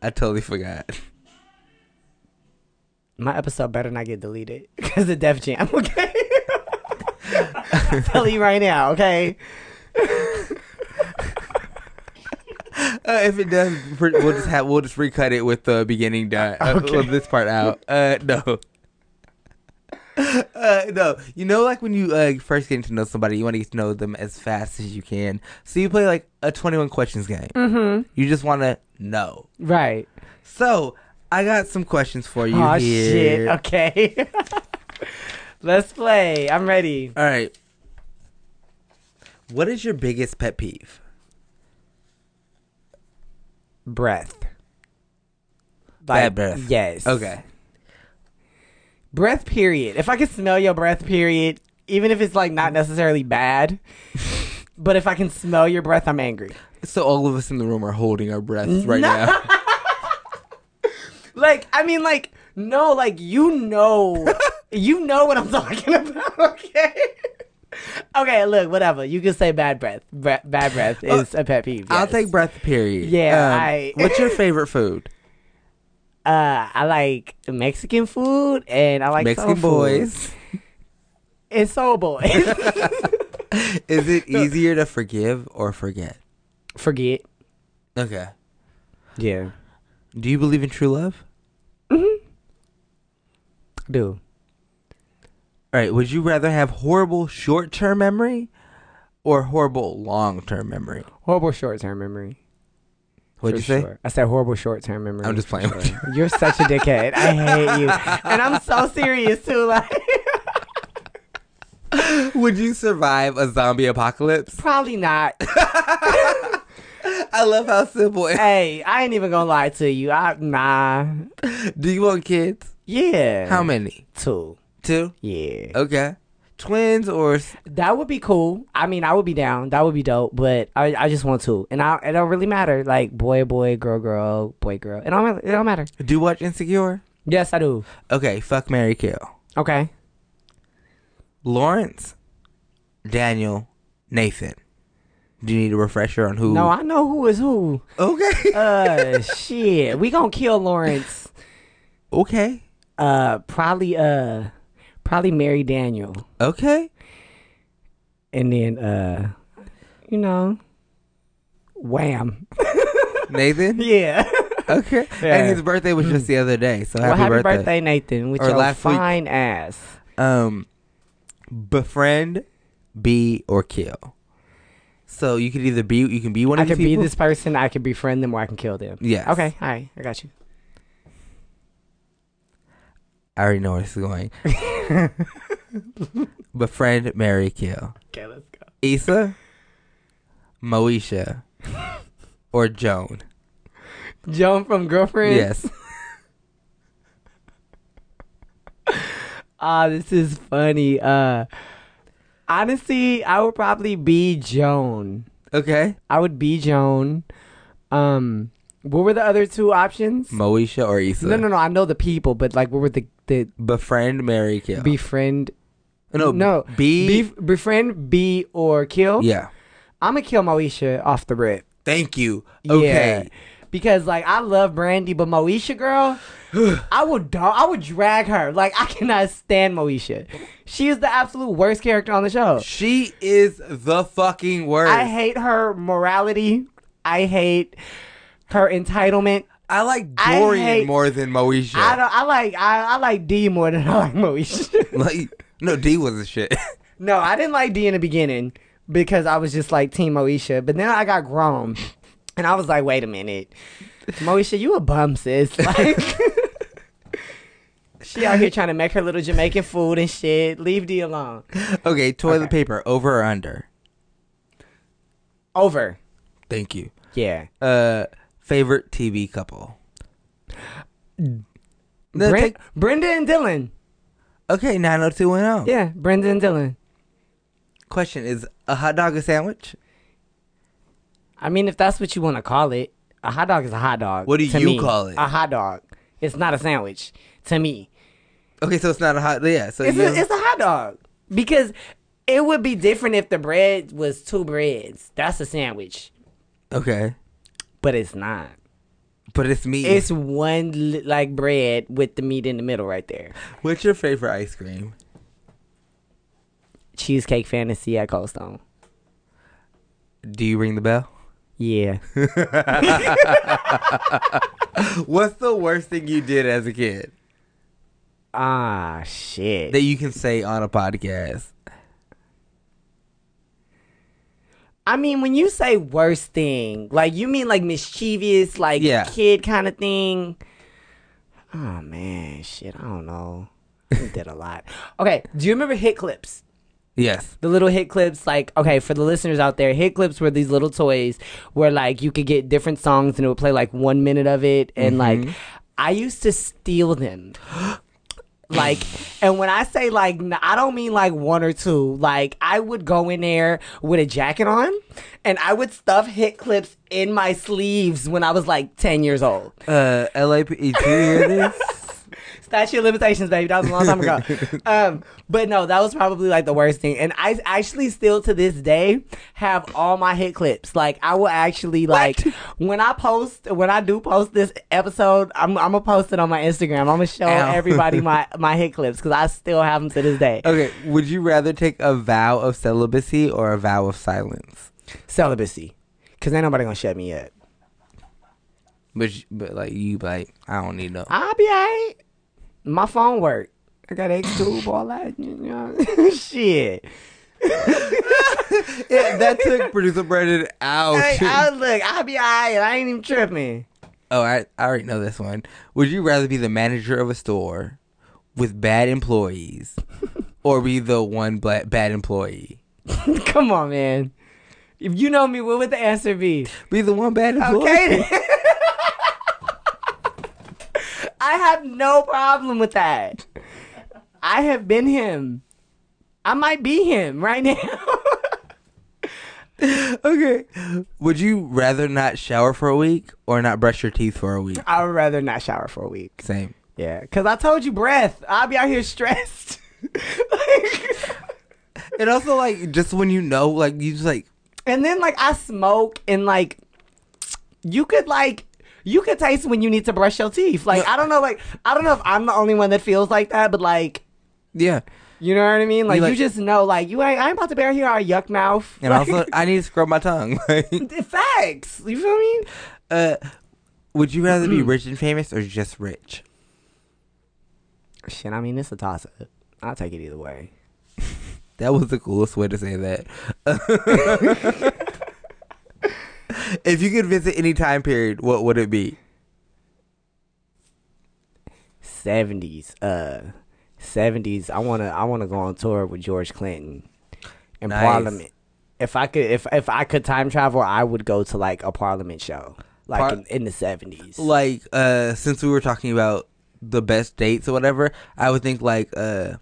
I totally forgot. My episode better not get deleted because of Def Jam. Okay, I'm telling you right now. Okay, Uh, if it does, pr- we'll just have we'll just recut it with the beginning done. Uh, Okay. with this part out. Uh, no. Uh, no, you know, like when you uh, first get to know somebody, you want to get to know them as fast as you can. So you play like a twenty-one questions game. Mm-hmm. You just want to know. right. So I got some questions for you Oh here. shit. Okay. Let's play. I'm ready. All right. What is your biggest pet peeve? Breath. Bad breath. Yes. Okay. Breath. Period. If I can smell your breath, period. Even if it's like not Mm-hmm. necessarily bad, but if I can smell your breath, I'm angry. So all of us in the room are holding our breaths right now. Like, I mean, like, no, like, you know, you know what I'm talking about, okay? okay, look, whatever. You can say bad breath. Bre- bad breath is a pet peeve. Uh, I'll yes. take breath. Period. Um, Yeah, I- what's your favorite food? Uh, I like Mexican food and I like Mexican soul Food. boys. And soul boys. Is it easier to forgive or forget? Forget. Okay. Yeah. Do you believe in true love? Dude. All right, would you rather have horrible short term memory or horrible long term memory? Horrible short term memory. What'd for you say? sure. I said horrible short term memory. I'm just for playing with sure. You're such a dickhead. I hate you. And I'm so serious too. Like Would you survive a zombie apocalypse? probably not. I love how simple. It, hey, I ain't even gonna lie to you. I nah. do you want kids? Yeah. How Uh, many? Two. Two. Yeah. Okay. Twins or s- That would be cool. I mean, I would be down. That would be dope. But I, I just want to, and I, it don't really matter. Like boy, boy, girl, girl, boy, girl. It don't, it don't matter. do you watch Insecure? Yes, I do. Okay. Fuck Mary Kill. Okay. Lawrence, Daniel, Nathan. Do you need a refresher on who? No, I know who is who. okay. Uh, shit. We gonna kill Lawrence. okay. Uh, probably. Uh, probably marry Daniel, Okay. and then uh, you know, wham. Nathan. Yeah. Okay. And his birthday was just the other day, so happy, well, happy birthday, Nathan, with Or your last week. fine ass. Um, befriend, be or kill. So you could either be you can be one I of these could be people. this person. I could befriend them, or I can kill them. Yes. Okay. All right. I got you. I already know where this is going. befriend, marry, kill. Okay, let's go. Issa, Moesha, or Joan. Joan from Girlfriend. Yes. Ah, this is funny. Uh, honestly, I would probably be Joan. Okay. I would be Joan. Um, what were the other two options? Moesha or Issa. No, no, no. I know the people, but like, what were the the Befriend, marry, kill. befriend? no, no. Oh, Be. Bef- befriend, be or kill. yeah. I'm gonna kill Moesha off the rip. Thank you. Okay. Yeah. Because like I love Brandy, but Moesha girl, I would dog, I would drag her. Like I cannot stand Moesha. She is the absolute worst character on the show. She is the fucking worst. I hate her morality. I hate her entitlement. I like I Dorian hate- more than Moesha. I don't. I like. I, I like D more than I like Moesha. like, no, D was a shit. no, I didn't like D in the beginning because I was just like Team Moesha. But then I got grown, and I was like, wait a minute, Moesha, you a bum sis. Like, she out here trying to make her little Jamaican food and shit. Leave D alone. okay, toilet paper, over or under? Over. Thank you. Yeah. Uh, favorite TV couple? No, Bren- take- Brenda and Dylan. okay, 90210. Yeah, Brenda and Dylan. Question is a hot dog a sandwich? I mean, if that's what you want to call it, a hot dog is a hot dog. What do to you me. call it? A hot dog. It's not a sandwich to me. Okay, so it's not a hot yeah, so It's, you a, it's a hot dog because it would be different if the bread was two breads. That's a sandwich, Okay. but it's not. But it's me. It's one li- like bread with the meat in the middle right there. What's your favorite ice cream? Cheesecake fantasy at Cold Stone. Do you ring the bell? Yeah. What's the worst thing you did as a kid ah shit. that you can say on a podcast? I mean, when you say worst thing, like you mean like mischievous, like Yeah. kid kind of thing. Oh man, shit, I don't know. I did a lot. Okay, do you remember hit clips? Yes. The little hit clips, like okay, for the listeners out there, hit clips were these little toys where like you could get different songs and it would play like one minute of it, and like I used to steal them. Like, and when I say like, n- I don't mean like one or two. Like, I would go in there with a jacket on, and I would stuff hit clips in my sleeves when I was like ten years old. Uh, LAP, do you hear this? Statute of limitations, baby. That was a long time ago. um, but no, that was probably like the worst thing. And I actually still to this day have all my hit clips. Like I will actually like when I post when I do post this episode, I'm, I'm gonna post it on my Instagram. I'm gonna show Ow. everybody my my hit clips because I still have them to this day. Okay, would you rather take a vow of celibacy or a vow of silence? Celibacy, because ain't nobody gonna shut me up. But, you- but like you be like I don't need no. I'll be alright. My phone work. I got X tube, all that. You know? Shit. Yeah, that took producer Brandon out. Like, I look, I'll be alright. I ain't even tripping. Oh, I, I already know this one. Would you rather be the manager of a store with bad employees or be the one black, bad employee? Come on, man. If you know me, what would the answer be? Be the one bad employee. Okay. then. I have no problem with that. I have been him. I might be him right now. Okay. Would you rather not shower for a week or not brush your teeth for a week? I would rather not shower for a week. Same. Yeah, because I told you breath. I'll be out here stressed. Like- And also, like, just when you know, like, you just like, and then like I smoke and like you could like you could taste when you need to brush your teeth. Like I don't know, like I don't know if I'm the only one that feels like that, but like yeah. you know what I mean? Like you, like- just know, like you ain't I ain't about to bear here our yuck mouth. And Like, also, I need to scrub my tongue. Like, facts. You feel me? uh, would you rather be rich and famous or just rich? Shit, I mean it's a toss up. I'll take it either way. That was the coolest way to say that. if you could visit any time period, what would it be? Seventies, uh seventies. I wanna I wanna go on tour with George Clinton in Nice. Parliament. If I could if if I could time travel, I would go to like a Parliament show. Like Par- in, in the seventies. Like, uh, since we were talking about the best dates or whatever, I would think like uh,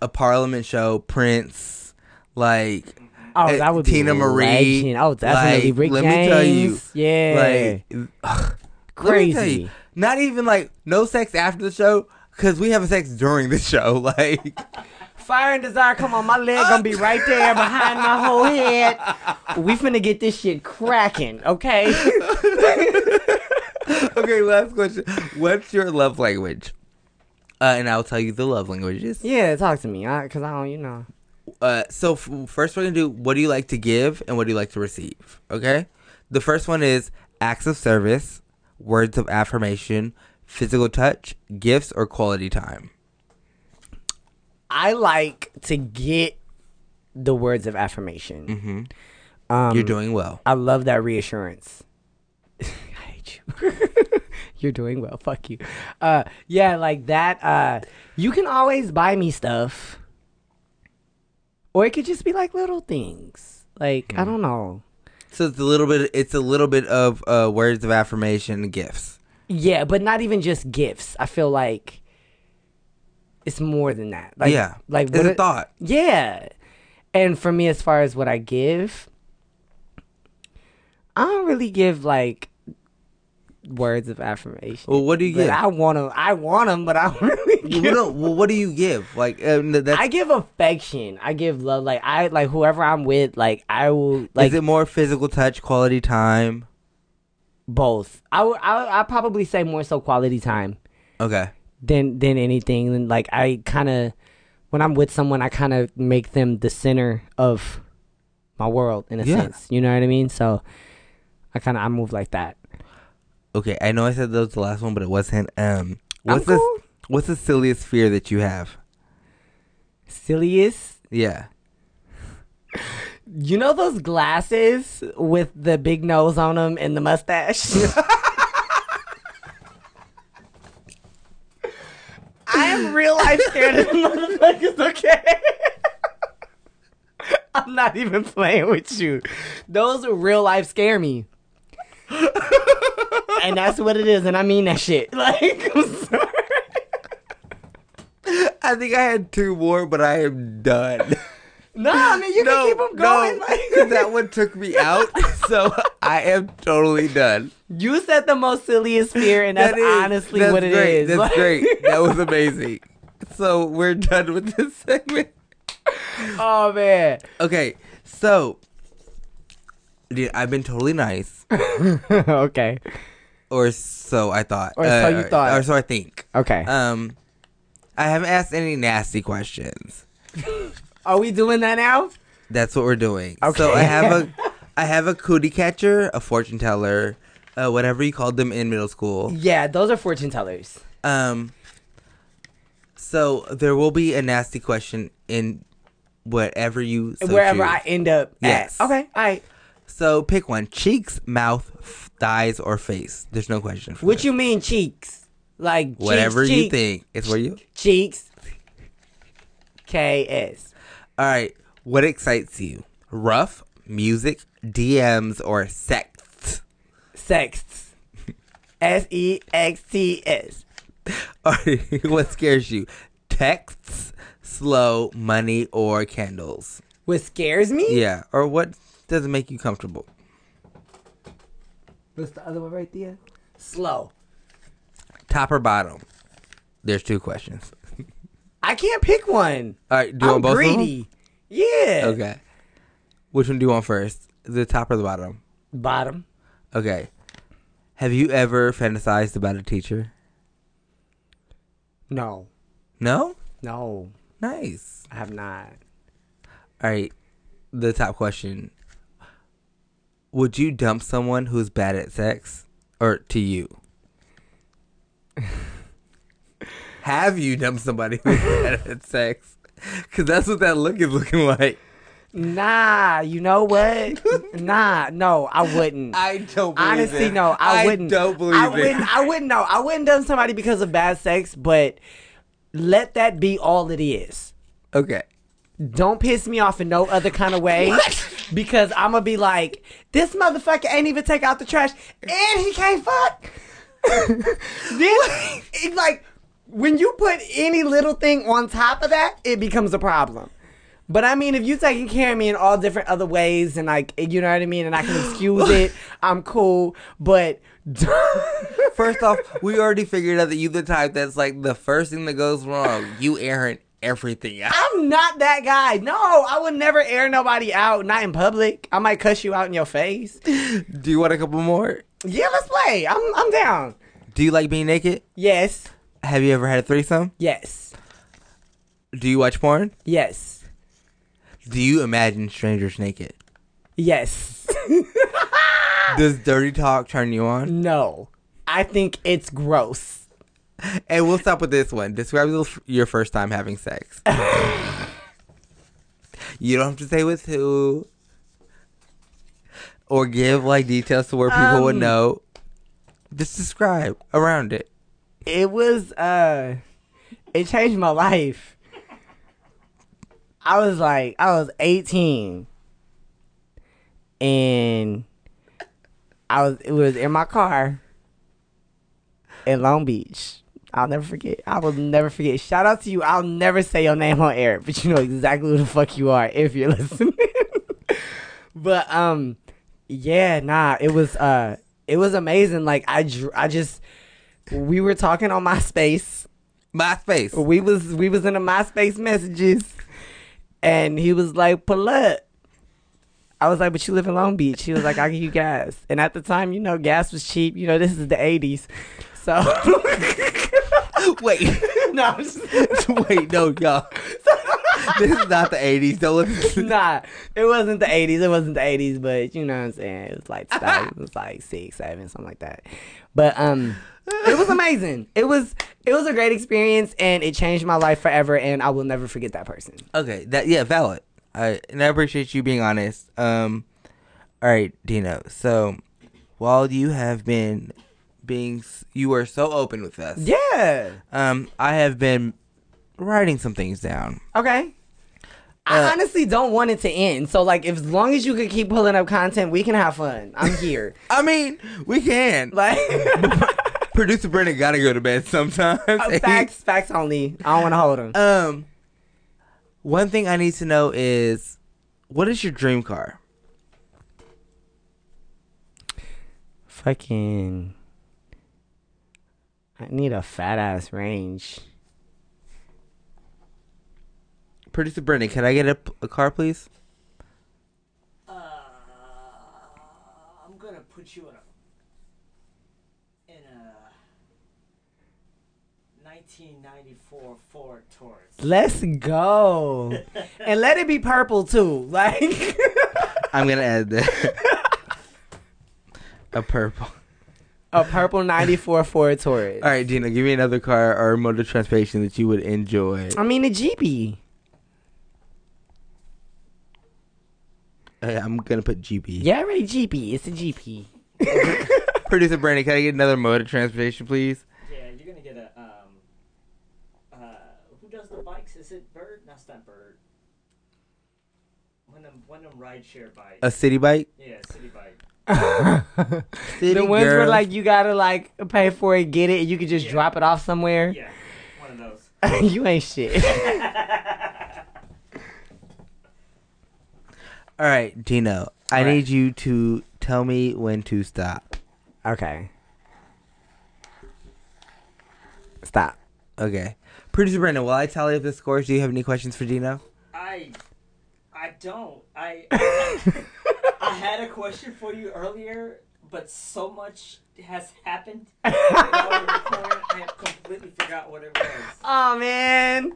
a Parliament show, Prince, like Oh, uh, that would Tina be Marie. legend. Oh, definitely. Like, Rick let me tell you, James. Yeah. like ugh, Let me tell you, Crazy. not even like no sex after the show because we have sex during the show. Like, Fire and desire, come on, my leg gonna be right there behind my whole head. We finna get this shit cracking, okay? okay, last question. What's your love language? Uh, and I'll tell you the love languages. yeah, talk to me, I, cause I don't, you know. Uh, so f- first we're gonna do what do you like to give and what do you like to receive? Okay. The first one is acts of service, words of affirmation, physical touch, gifts, or quality time. I like to get the words of affirmation. Mm-hmm. Um, Hmm. You're doing well. I love that reassurance. I hate you. You're doing well. Fuck you. Uh, yeah, like that. Uh, you can always buy me stuff, or it could just be like little things. Like Mm. I don't know. So it's a little bit. It's a little bit of uh, words of affirmation, and gifts. Yeah, but not even just gifts. I feel like it's more than that. Like, yeah. like it's what a it- thought. Yeah. And for me, as far as what I give, I don't really give like words of affirmation. Well, what do you But give? I want them. I want them, but I don't really. You Give. don't- well, what do you give? Like um, th- that's. I give affection. I give love. Like I like whoever I'm with. Like I will like is it more physical touch, quality time? both. I would. I, would- I probably say more so quality time Okay. than than anything. And like I kind of when I'm with someone, I kind of make them the center of my world in a Yeah. sense. You know what I mean? So I kind of I move like that. Okay, I know I said that was the last one, but it wasn't. Um, what's I'm the cool. what's the silliest fear that you have? Silliest. Yeah, You know those glasses with the big nose on them and the mustache? I am real life scared of motherfuckers, okay? I'm not even playing with you. Those real life scare me. and that's what it is, and I mean that shit. Like, I'm sorry. I think I had two more, but I am done. No, I mean, you no, can keep them going. no, like- that one took me out, so I am totally done. You said the most silliest fear, and that's That is- honestly that's what it is. great. That's Like- great. That was amazing. So we're done with this segment. Oh man, Okay, so dude, I've been totally nice, okay, or so I thought, Uh, Or so you thought. or so I think. okay. Um, I haven't asked any nasty questions. Are we doing that now? That's what we're doing. So Okay. I have a, I have a cootie catcher, a fortune teller, uh, whatever you called them in middle school. Yeah, those are fortune tellers. Um, So there will be a nasty question in whatever you so Wherever choose. I end up Yes. at. Okay, all right. So pick one: cheeks, mouth, f- thighs, or face. There's no question. For What this. you mean cheeks? Like Whatever cheeks, you cheeks, think, it's where you. Cheeks. K S. All right. What excites you? Rough music, DMs, or sex? Sex. S E X T S. All right, what scares you? Texts, slow money, or candles? What scares me? Yeah. Or what doesn't make you comfortable? What's the other one right there? Slow. Top or bottom? There's two questions. I can't pick one. All right. Do you want I'm both of them? greedy. Yeah. Okay. Which one do you want first? The top or the bottom? Bottom. Okay. Have you ever fantasized about a teacher? No. No? No. Nice. I have not. All right. The top question. Would you dump someone who's bad at sex or to you? Have you dumped somebody who's bad at sex? Cuz that's what that look is looking like. Nah, you know what? nah, no, I wouldn't. I don't believe Honestly, it. no, I, wouldn't. don't believe I it. wouldn't. I wouldn't. No, I wouldn't dump somebody because of bad sex. But let that be all it is. Okay. Don't piss me off in no other kind of way. Because I'm gonna be like, this motherfucker ain't even take out the trash, and he can't fuck. then it's like when you put any little thing on top of that, it becomes a problem. But I mean, if you taking care of me in all different other ways, and like, you know what I mean, and I can excuse it, I'm cool. But First off, we already figured out that you the type that's like the first thing that goes wrong, you airing everything out. I'm not that guy. No, I would never air nobody out, not in public. I might cuss you out in your face. Do you want a couple more? Yeah, let's play. I'm I'm down. Do you like being naked? Yes, Have you ever had a threesome? yes, Do you watch porn? yes, Do you imagine strangers naked? yes. Does dirty talk turn you on? no, I think it's gross. And we'll stop with this one. Describe the- your first time having sex. you don't have to say with who or give like details to where people would Um, know. Just describe around it. It was uh, it changed my life. I was like, I was 18, and I was it was in my car in Long Beach. I'll never forget. I will never forget. Shout out to you. I'll never say your name on air, but you know exactly who the fuck you are if you're listening. but um, yeah, nah, it was uh, it was amazing. Like I, dr- I just we were talking on MySpace. MySpace. We was we was in the MySpace messages, and he was like, "Pull up." I was like, "But you live in Long Beach." He was like, "I give you gas," and at the time, you know, gas was cheap. You know, this is the '80s, so Wait. no, I'm just- Wait, no, y'all. this is not the 80s. Don't listen. nah, it wasn't the '80s. It wasn't the '80s, but you know what I'm saying. It was like 2000, it was like six, seven, something like that. But um, it was amazing. It was it was a great experience, and it changed my life forever. And I will never forget that person. Okay, that yeah, valid. I and I appreciate you being honest. Um, all right, Dino. So while you have been being, s- you were so open with us. Yeah. Um, I have been writing some things down. Okay. I honestly don't want it to end. So like, if, as long as you could keep pulling up content, we can have fun. I'm here. I mean, we can. Like, like producer Brennan gotta go to bed sometimes. facts, facts only. I don't want to hold them. Um, one thing I need to know is, what is your dream car? Fucking. I need a fat ass range. Producer Brennan, can I get a, a car, please? Uh, I'm gonna put you in a in a 1994 Ford Taurus. Let's go. and let it be purple too. Like I'm gonna add that. a purple. a purple 94 Ford Taurus. All right, Gina, give me another car or mode of transportation that you would enjoy. I mean, a Jeepy. Uh, I'm gonna put GP. Yeah, already Jeepy. It's a Jeepy. Producer Brandon, can I get another mode of transportation, please? Yeah, you're gonna get a um. Uh, who does the bikes? Is it Bird? No, it's not Bird. One of them, one of them rideshare bikes. A city bike. yeah, city bike. City the ones where girls. like you gotta like pay for it, get it, and you can just Yeah. drop it off somewhere. Yeah, one of those. you ain't shit. All right, Gino, I All right. need you to tell me when to stop. okay. Stop. Okay. Producer Brandon, while I tally up the scores, do you have any questions for Gino? I, I don't. I, I, had a question for you earlier, but so much has happened. while we were recording, I completely forgot what it was. Oh man.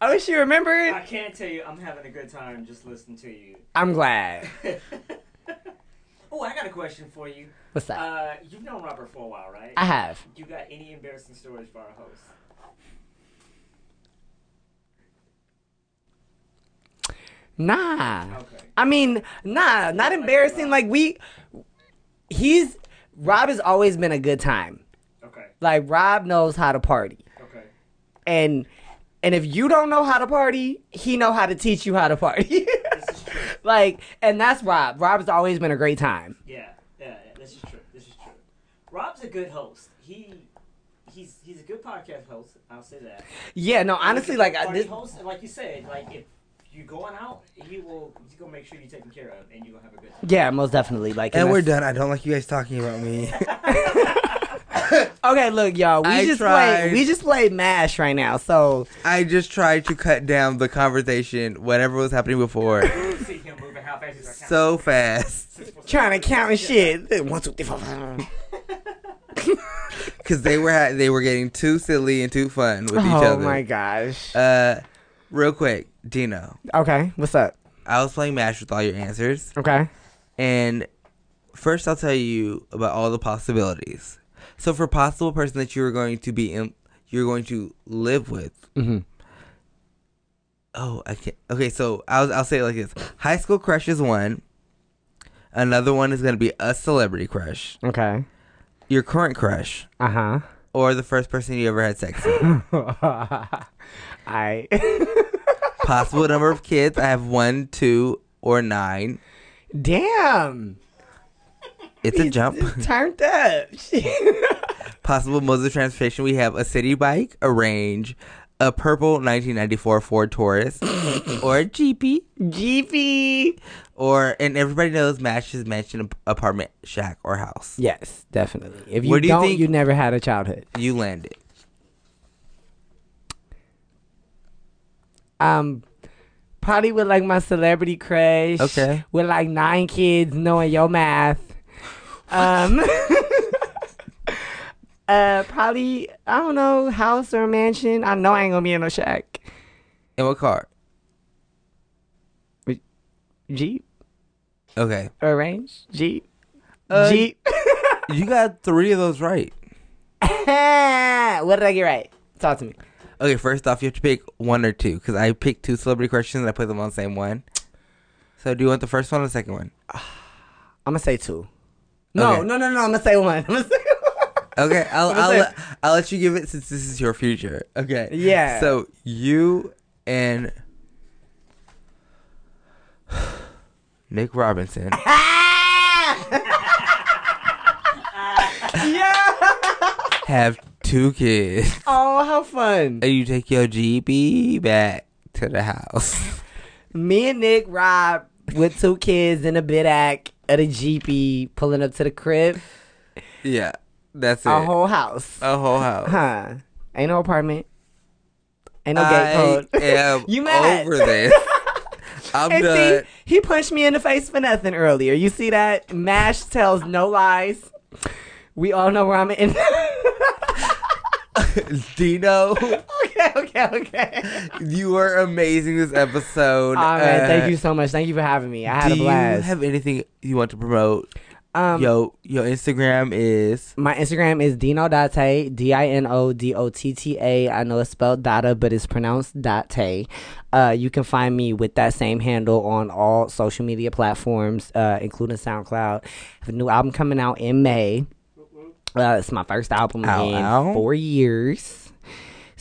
I wish you I remembered. can tell you, I'm having a good time just listening to you. I'm glad. oh, I got a question for you. What's that? Uh, you've known Robert for a while, right? I have. you got any embarrassing stories for our host? Nah. Okay. I mean, nah, not embarrassing. Like we, he's Rob has always been a good time. Okay. Like Rob knows how to party, Okay. and and if you don't know how to party, he know how to teach you how to party. This is true. like, and that's Rob. Rob's always been a great time. Yeah, yeah, yeah, this is true. This is true. Rob's a good host. He he's he's a good podcast host. I'll say that. Yeah, no, honestly, like I, Party this, host, and like you said, like if you're going out, he will he's gonna make sure you're taken care of and you're gonna have a good time. yeah, most definitely. Like, And we're that's- done. I don't like you guys talking about me. Okay, look, y'all, we I just tried. played, we just played Mash right now, so I just tried to cut down the conversation, whatever was happening before, You'll see him moving how fast he's like, so fast. trying to count and shit. One, two, three, four. five. Because they were, ha- they were getting too silly and too fun with each Oh other. my gosh. Uh, real quick, Dino, Okay, what's up? I was playing MASH with all your answers. Okay. And first, I'll tell you about all the possibilities. So, for possible person that you were going to be in, you're going to live with. Mm-hmm. Oh, I can't. Okay, so I'll I'll say it like this: high school crush is one. Another one is going to be a celebrity crush, Okay. your current crush, Uh or the first person you ever had sex with. huh. I. Possible number of kids: I have one, two, or nine. Damn. It's a jump. Turned up. Possible modes of transportation: we have a city bike, a range, a purple 1994 Ford Taurus, or a jeepy, GP. or and everybody knows Mash's mansion, apartment, shack, or house. Yes, definitely. If you What do you don't, you, think- never had a childhood. You land it. Um, probably with like my celebrity crush. Okay. With like nine kids, knowing your math. Um. uh, probably I don't know house or mansion. I know I ain't gonna be in no shack. In what car? Jeep Okay, or range. Jeep. Uh, Jeep. you got three of those right. what did I get right? Talk to me. Okay, first off, you have to pick one or two because I picked two celebrity questions and I put them on the same one. So, do you want the first one or the second one? I'm gonna say two. No, Okay. no, no, no. I'm gonna say one. I'm gonna say one. Okay, I'll What is I'll, it? let- I'll let you give it since this is your future. Okay. Yeah. So you and Nick Robinson yeah. have two kids, Oh, how fun. and you take your GB back to the house. Me and Nick Rob with two kids in a bidac at a jeepy pulling up to the crib. Yeah, that's it. Our whole house. A whole house. Huh. Ain't no apartment. Ain't no gate I code. am You mad. over this. I'm And done. see, he punched me in the face for nothing earlier. You see that? Mash tells no lies. We all know where I'm in. Dino, okay, okay, okay. you were amazing this episode. Oh man, Uh, thank you so much. Thank you for having me. I had do a blast. you have anything you want to promote? Um, yo, your Instagram is My Instagram is Dino Date, D I N O D O T T A. I know it's spelled Dada, but it's pronounced Date. Uh, you can find me with that same handle on all social media platforms, uh, including SoundCloud. I have a new album coming out in May. Uh, it's my first album Ow, in ow. four years.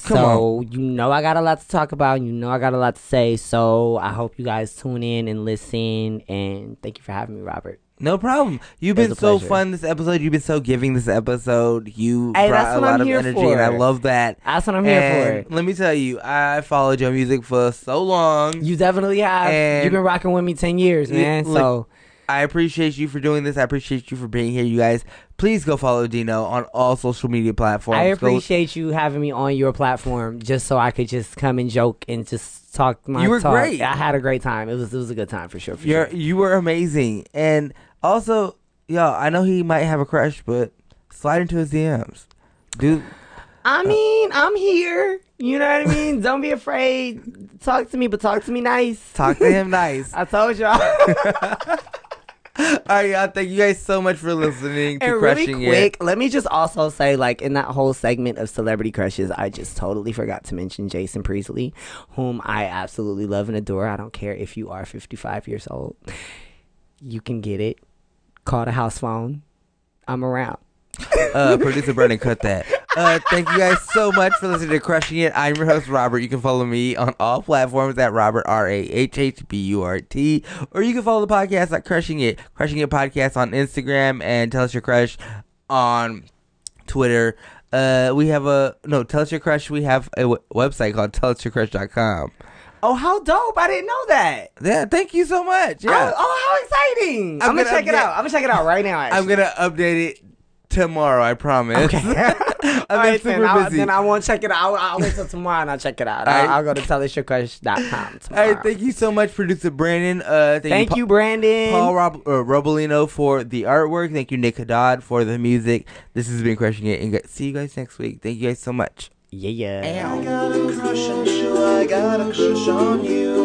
Come so you know I got a lot to talk about. You know I got a lot to say. So I hope you guys tune in and listen. And thank you for having me, Robert. no problem. You've It was been a so pleasure. fun this episode. You've been so giving this episode. You Hey, brought that's a what I'm lot of here energy, and I for. love that. That's what I'm here And for. Let me tell you, I followed your music for so long. You definitely have. And- You've been rocking with me ten years, Yeah, man. like- so I appreciate you for doing this. I appreciate you for being here, you guys. Please go follow Dino on all social media platforms. I Go- appreciate you having me on your platform just so I could just come and joke and just talk my You were talk. great. I had a great time. It was it was a good time for sure. For You're sure. you were amazing. And also, y'all, I know he might have a crush, but slide into his DMs. Do uh, I mean, I'm here. You know what I mean? Don't be afraid. Talk to me, but talk to me nice. talk to him nice. I told y'all. All right, y'all. Thank you guys so much for listening to and really Crushing quick, It. let me just also say, like in that whole segment of celebrity crushes, I just totally forgot to mention Jason Priestley, whom I absolutely love and adore. I don't care if you are 55 years old, you can get it. Call the house phone. I'm around. Uh, producer Brennan, cut that. Uh, thank you guys so much for listening to Crushing It. I'm your host Robert. You can follow me on all platforms at Robert R A H H B U R T, or you can follow the podcast at Crushing It, Crushing It podcast on Instagram, and tell us your crush on Twitter. Uh, we have a no. Tell us your crush. We have a w- website called tellusyourcrush.com. Oh, how dope! I didn't know that. Yeah, thank you so much. Oh, Yeah, oh, how exciting! I'm I'm, gonna, gonna check it update- out. I'm gonna check it out right now. I'm Actually. gonna update it tomorrow. I promise. Okay. I've All been right, super then, I'll, busy. then I won't check it out. I'll, I'll wait till tomorrow and I'll check it out. All I'll, right. I'll go to tellusyourcrush.com tomorrow. All right, thank you so much, producer Brandon. Uh, thank, Thank Pa- you, Brandon. Paul Rob- uh, Robolino for the artwork. Thank you, Nick Haddad, for the music. This has been Crushing It, and gu- see you guys next week. Thank you guys so much. yeah, yeah. I got a crush on you, I got a crush on you.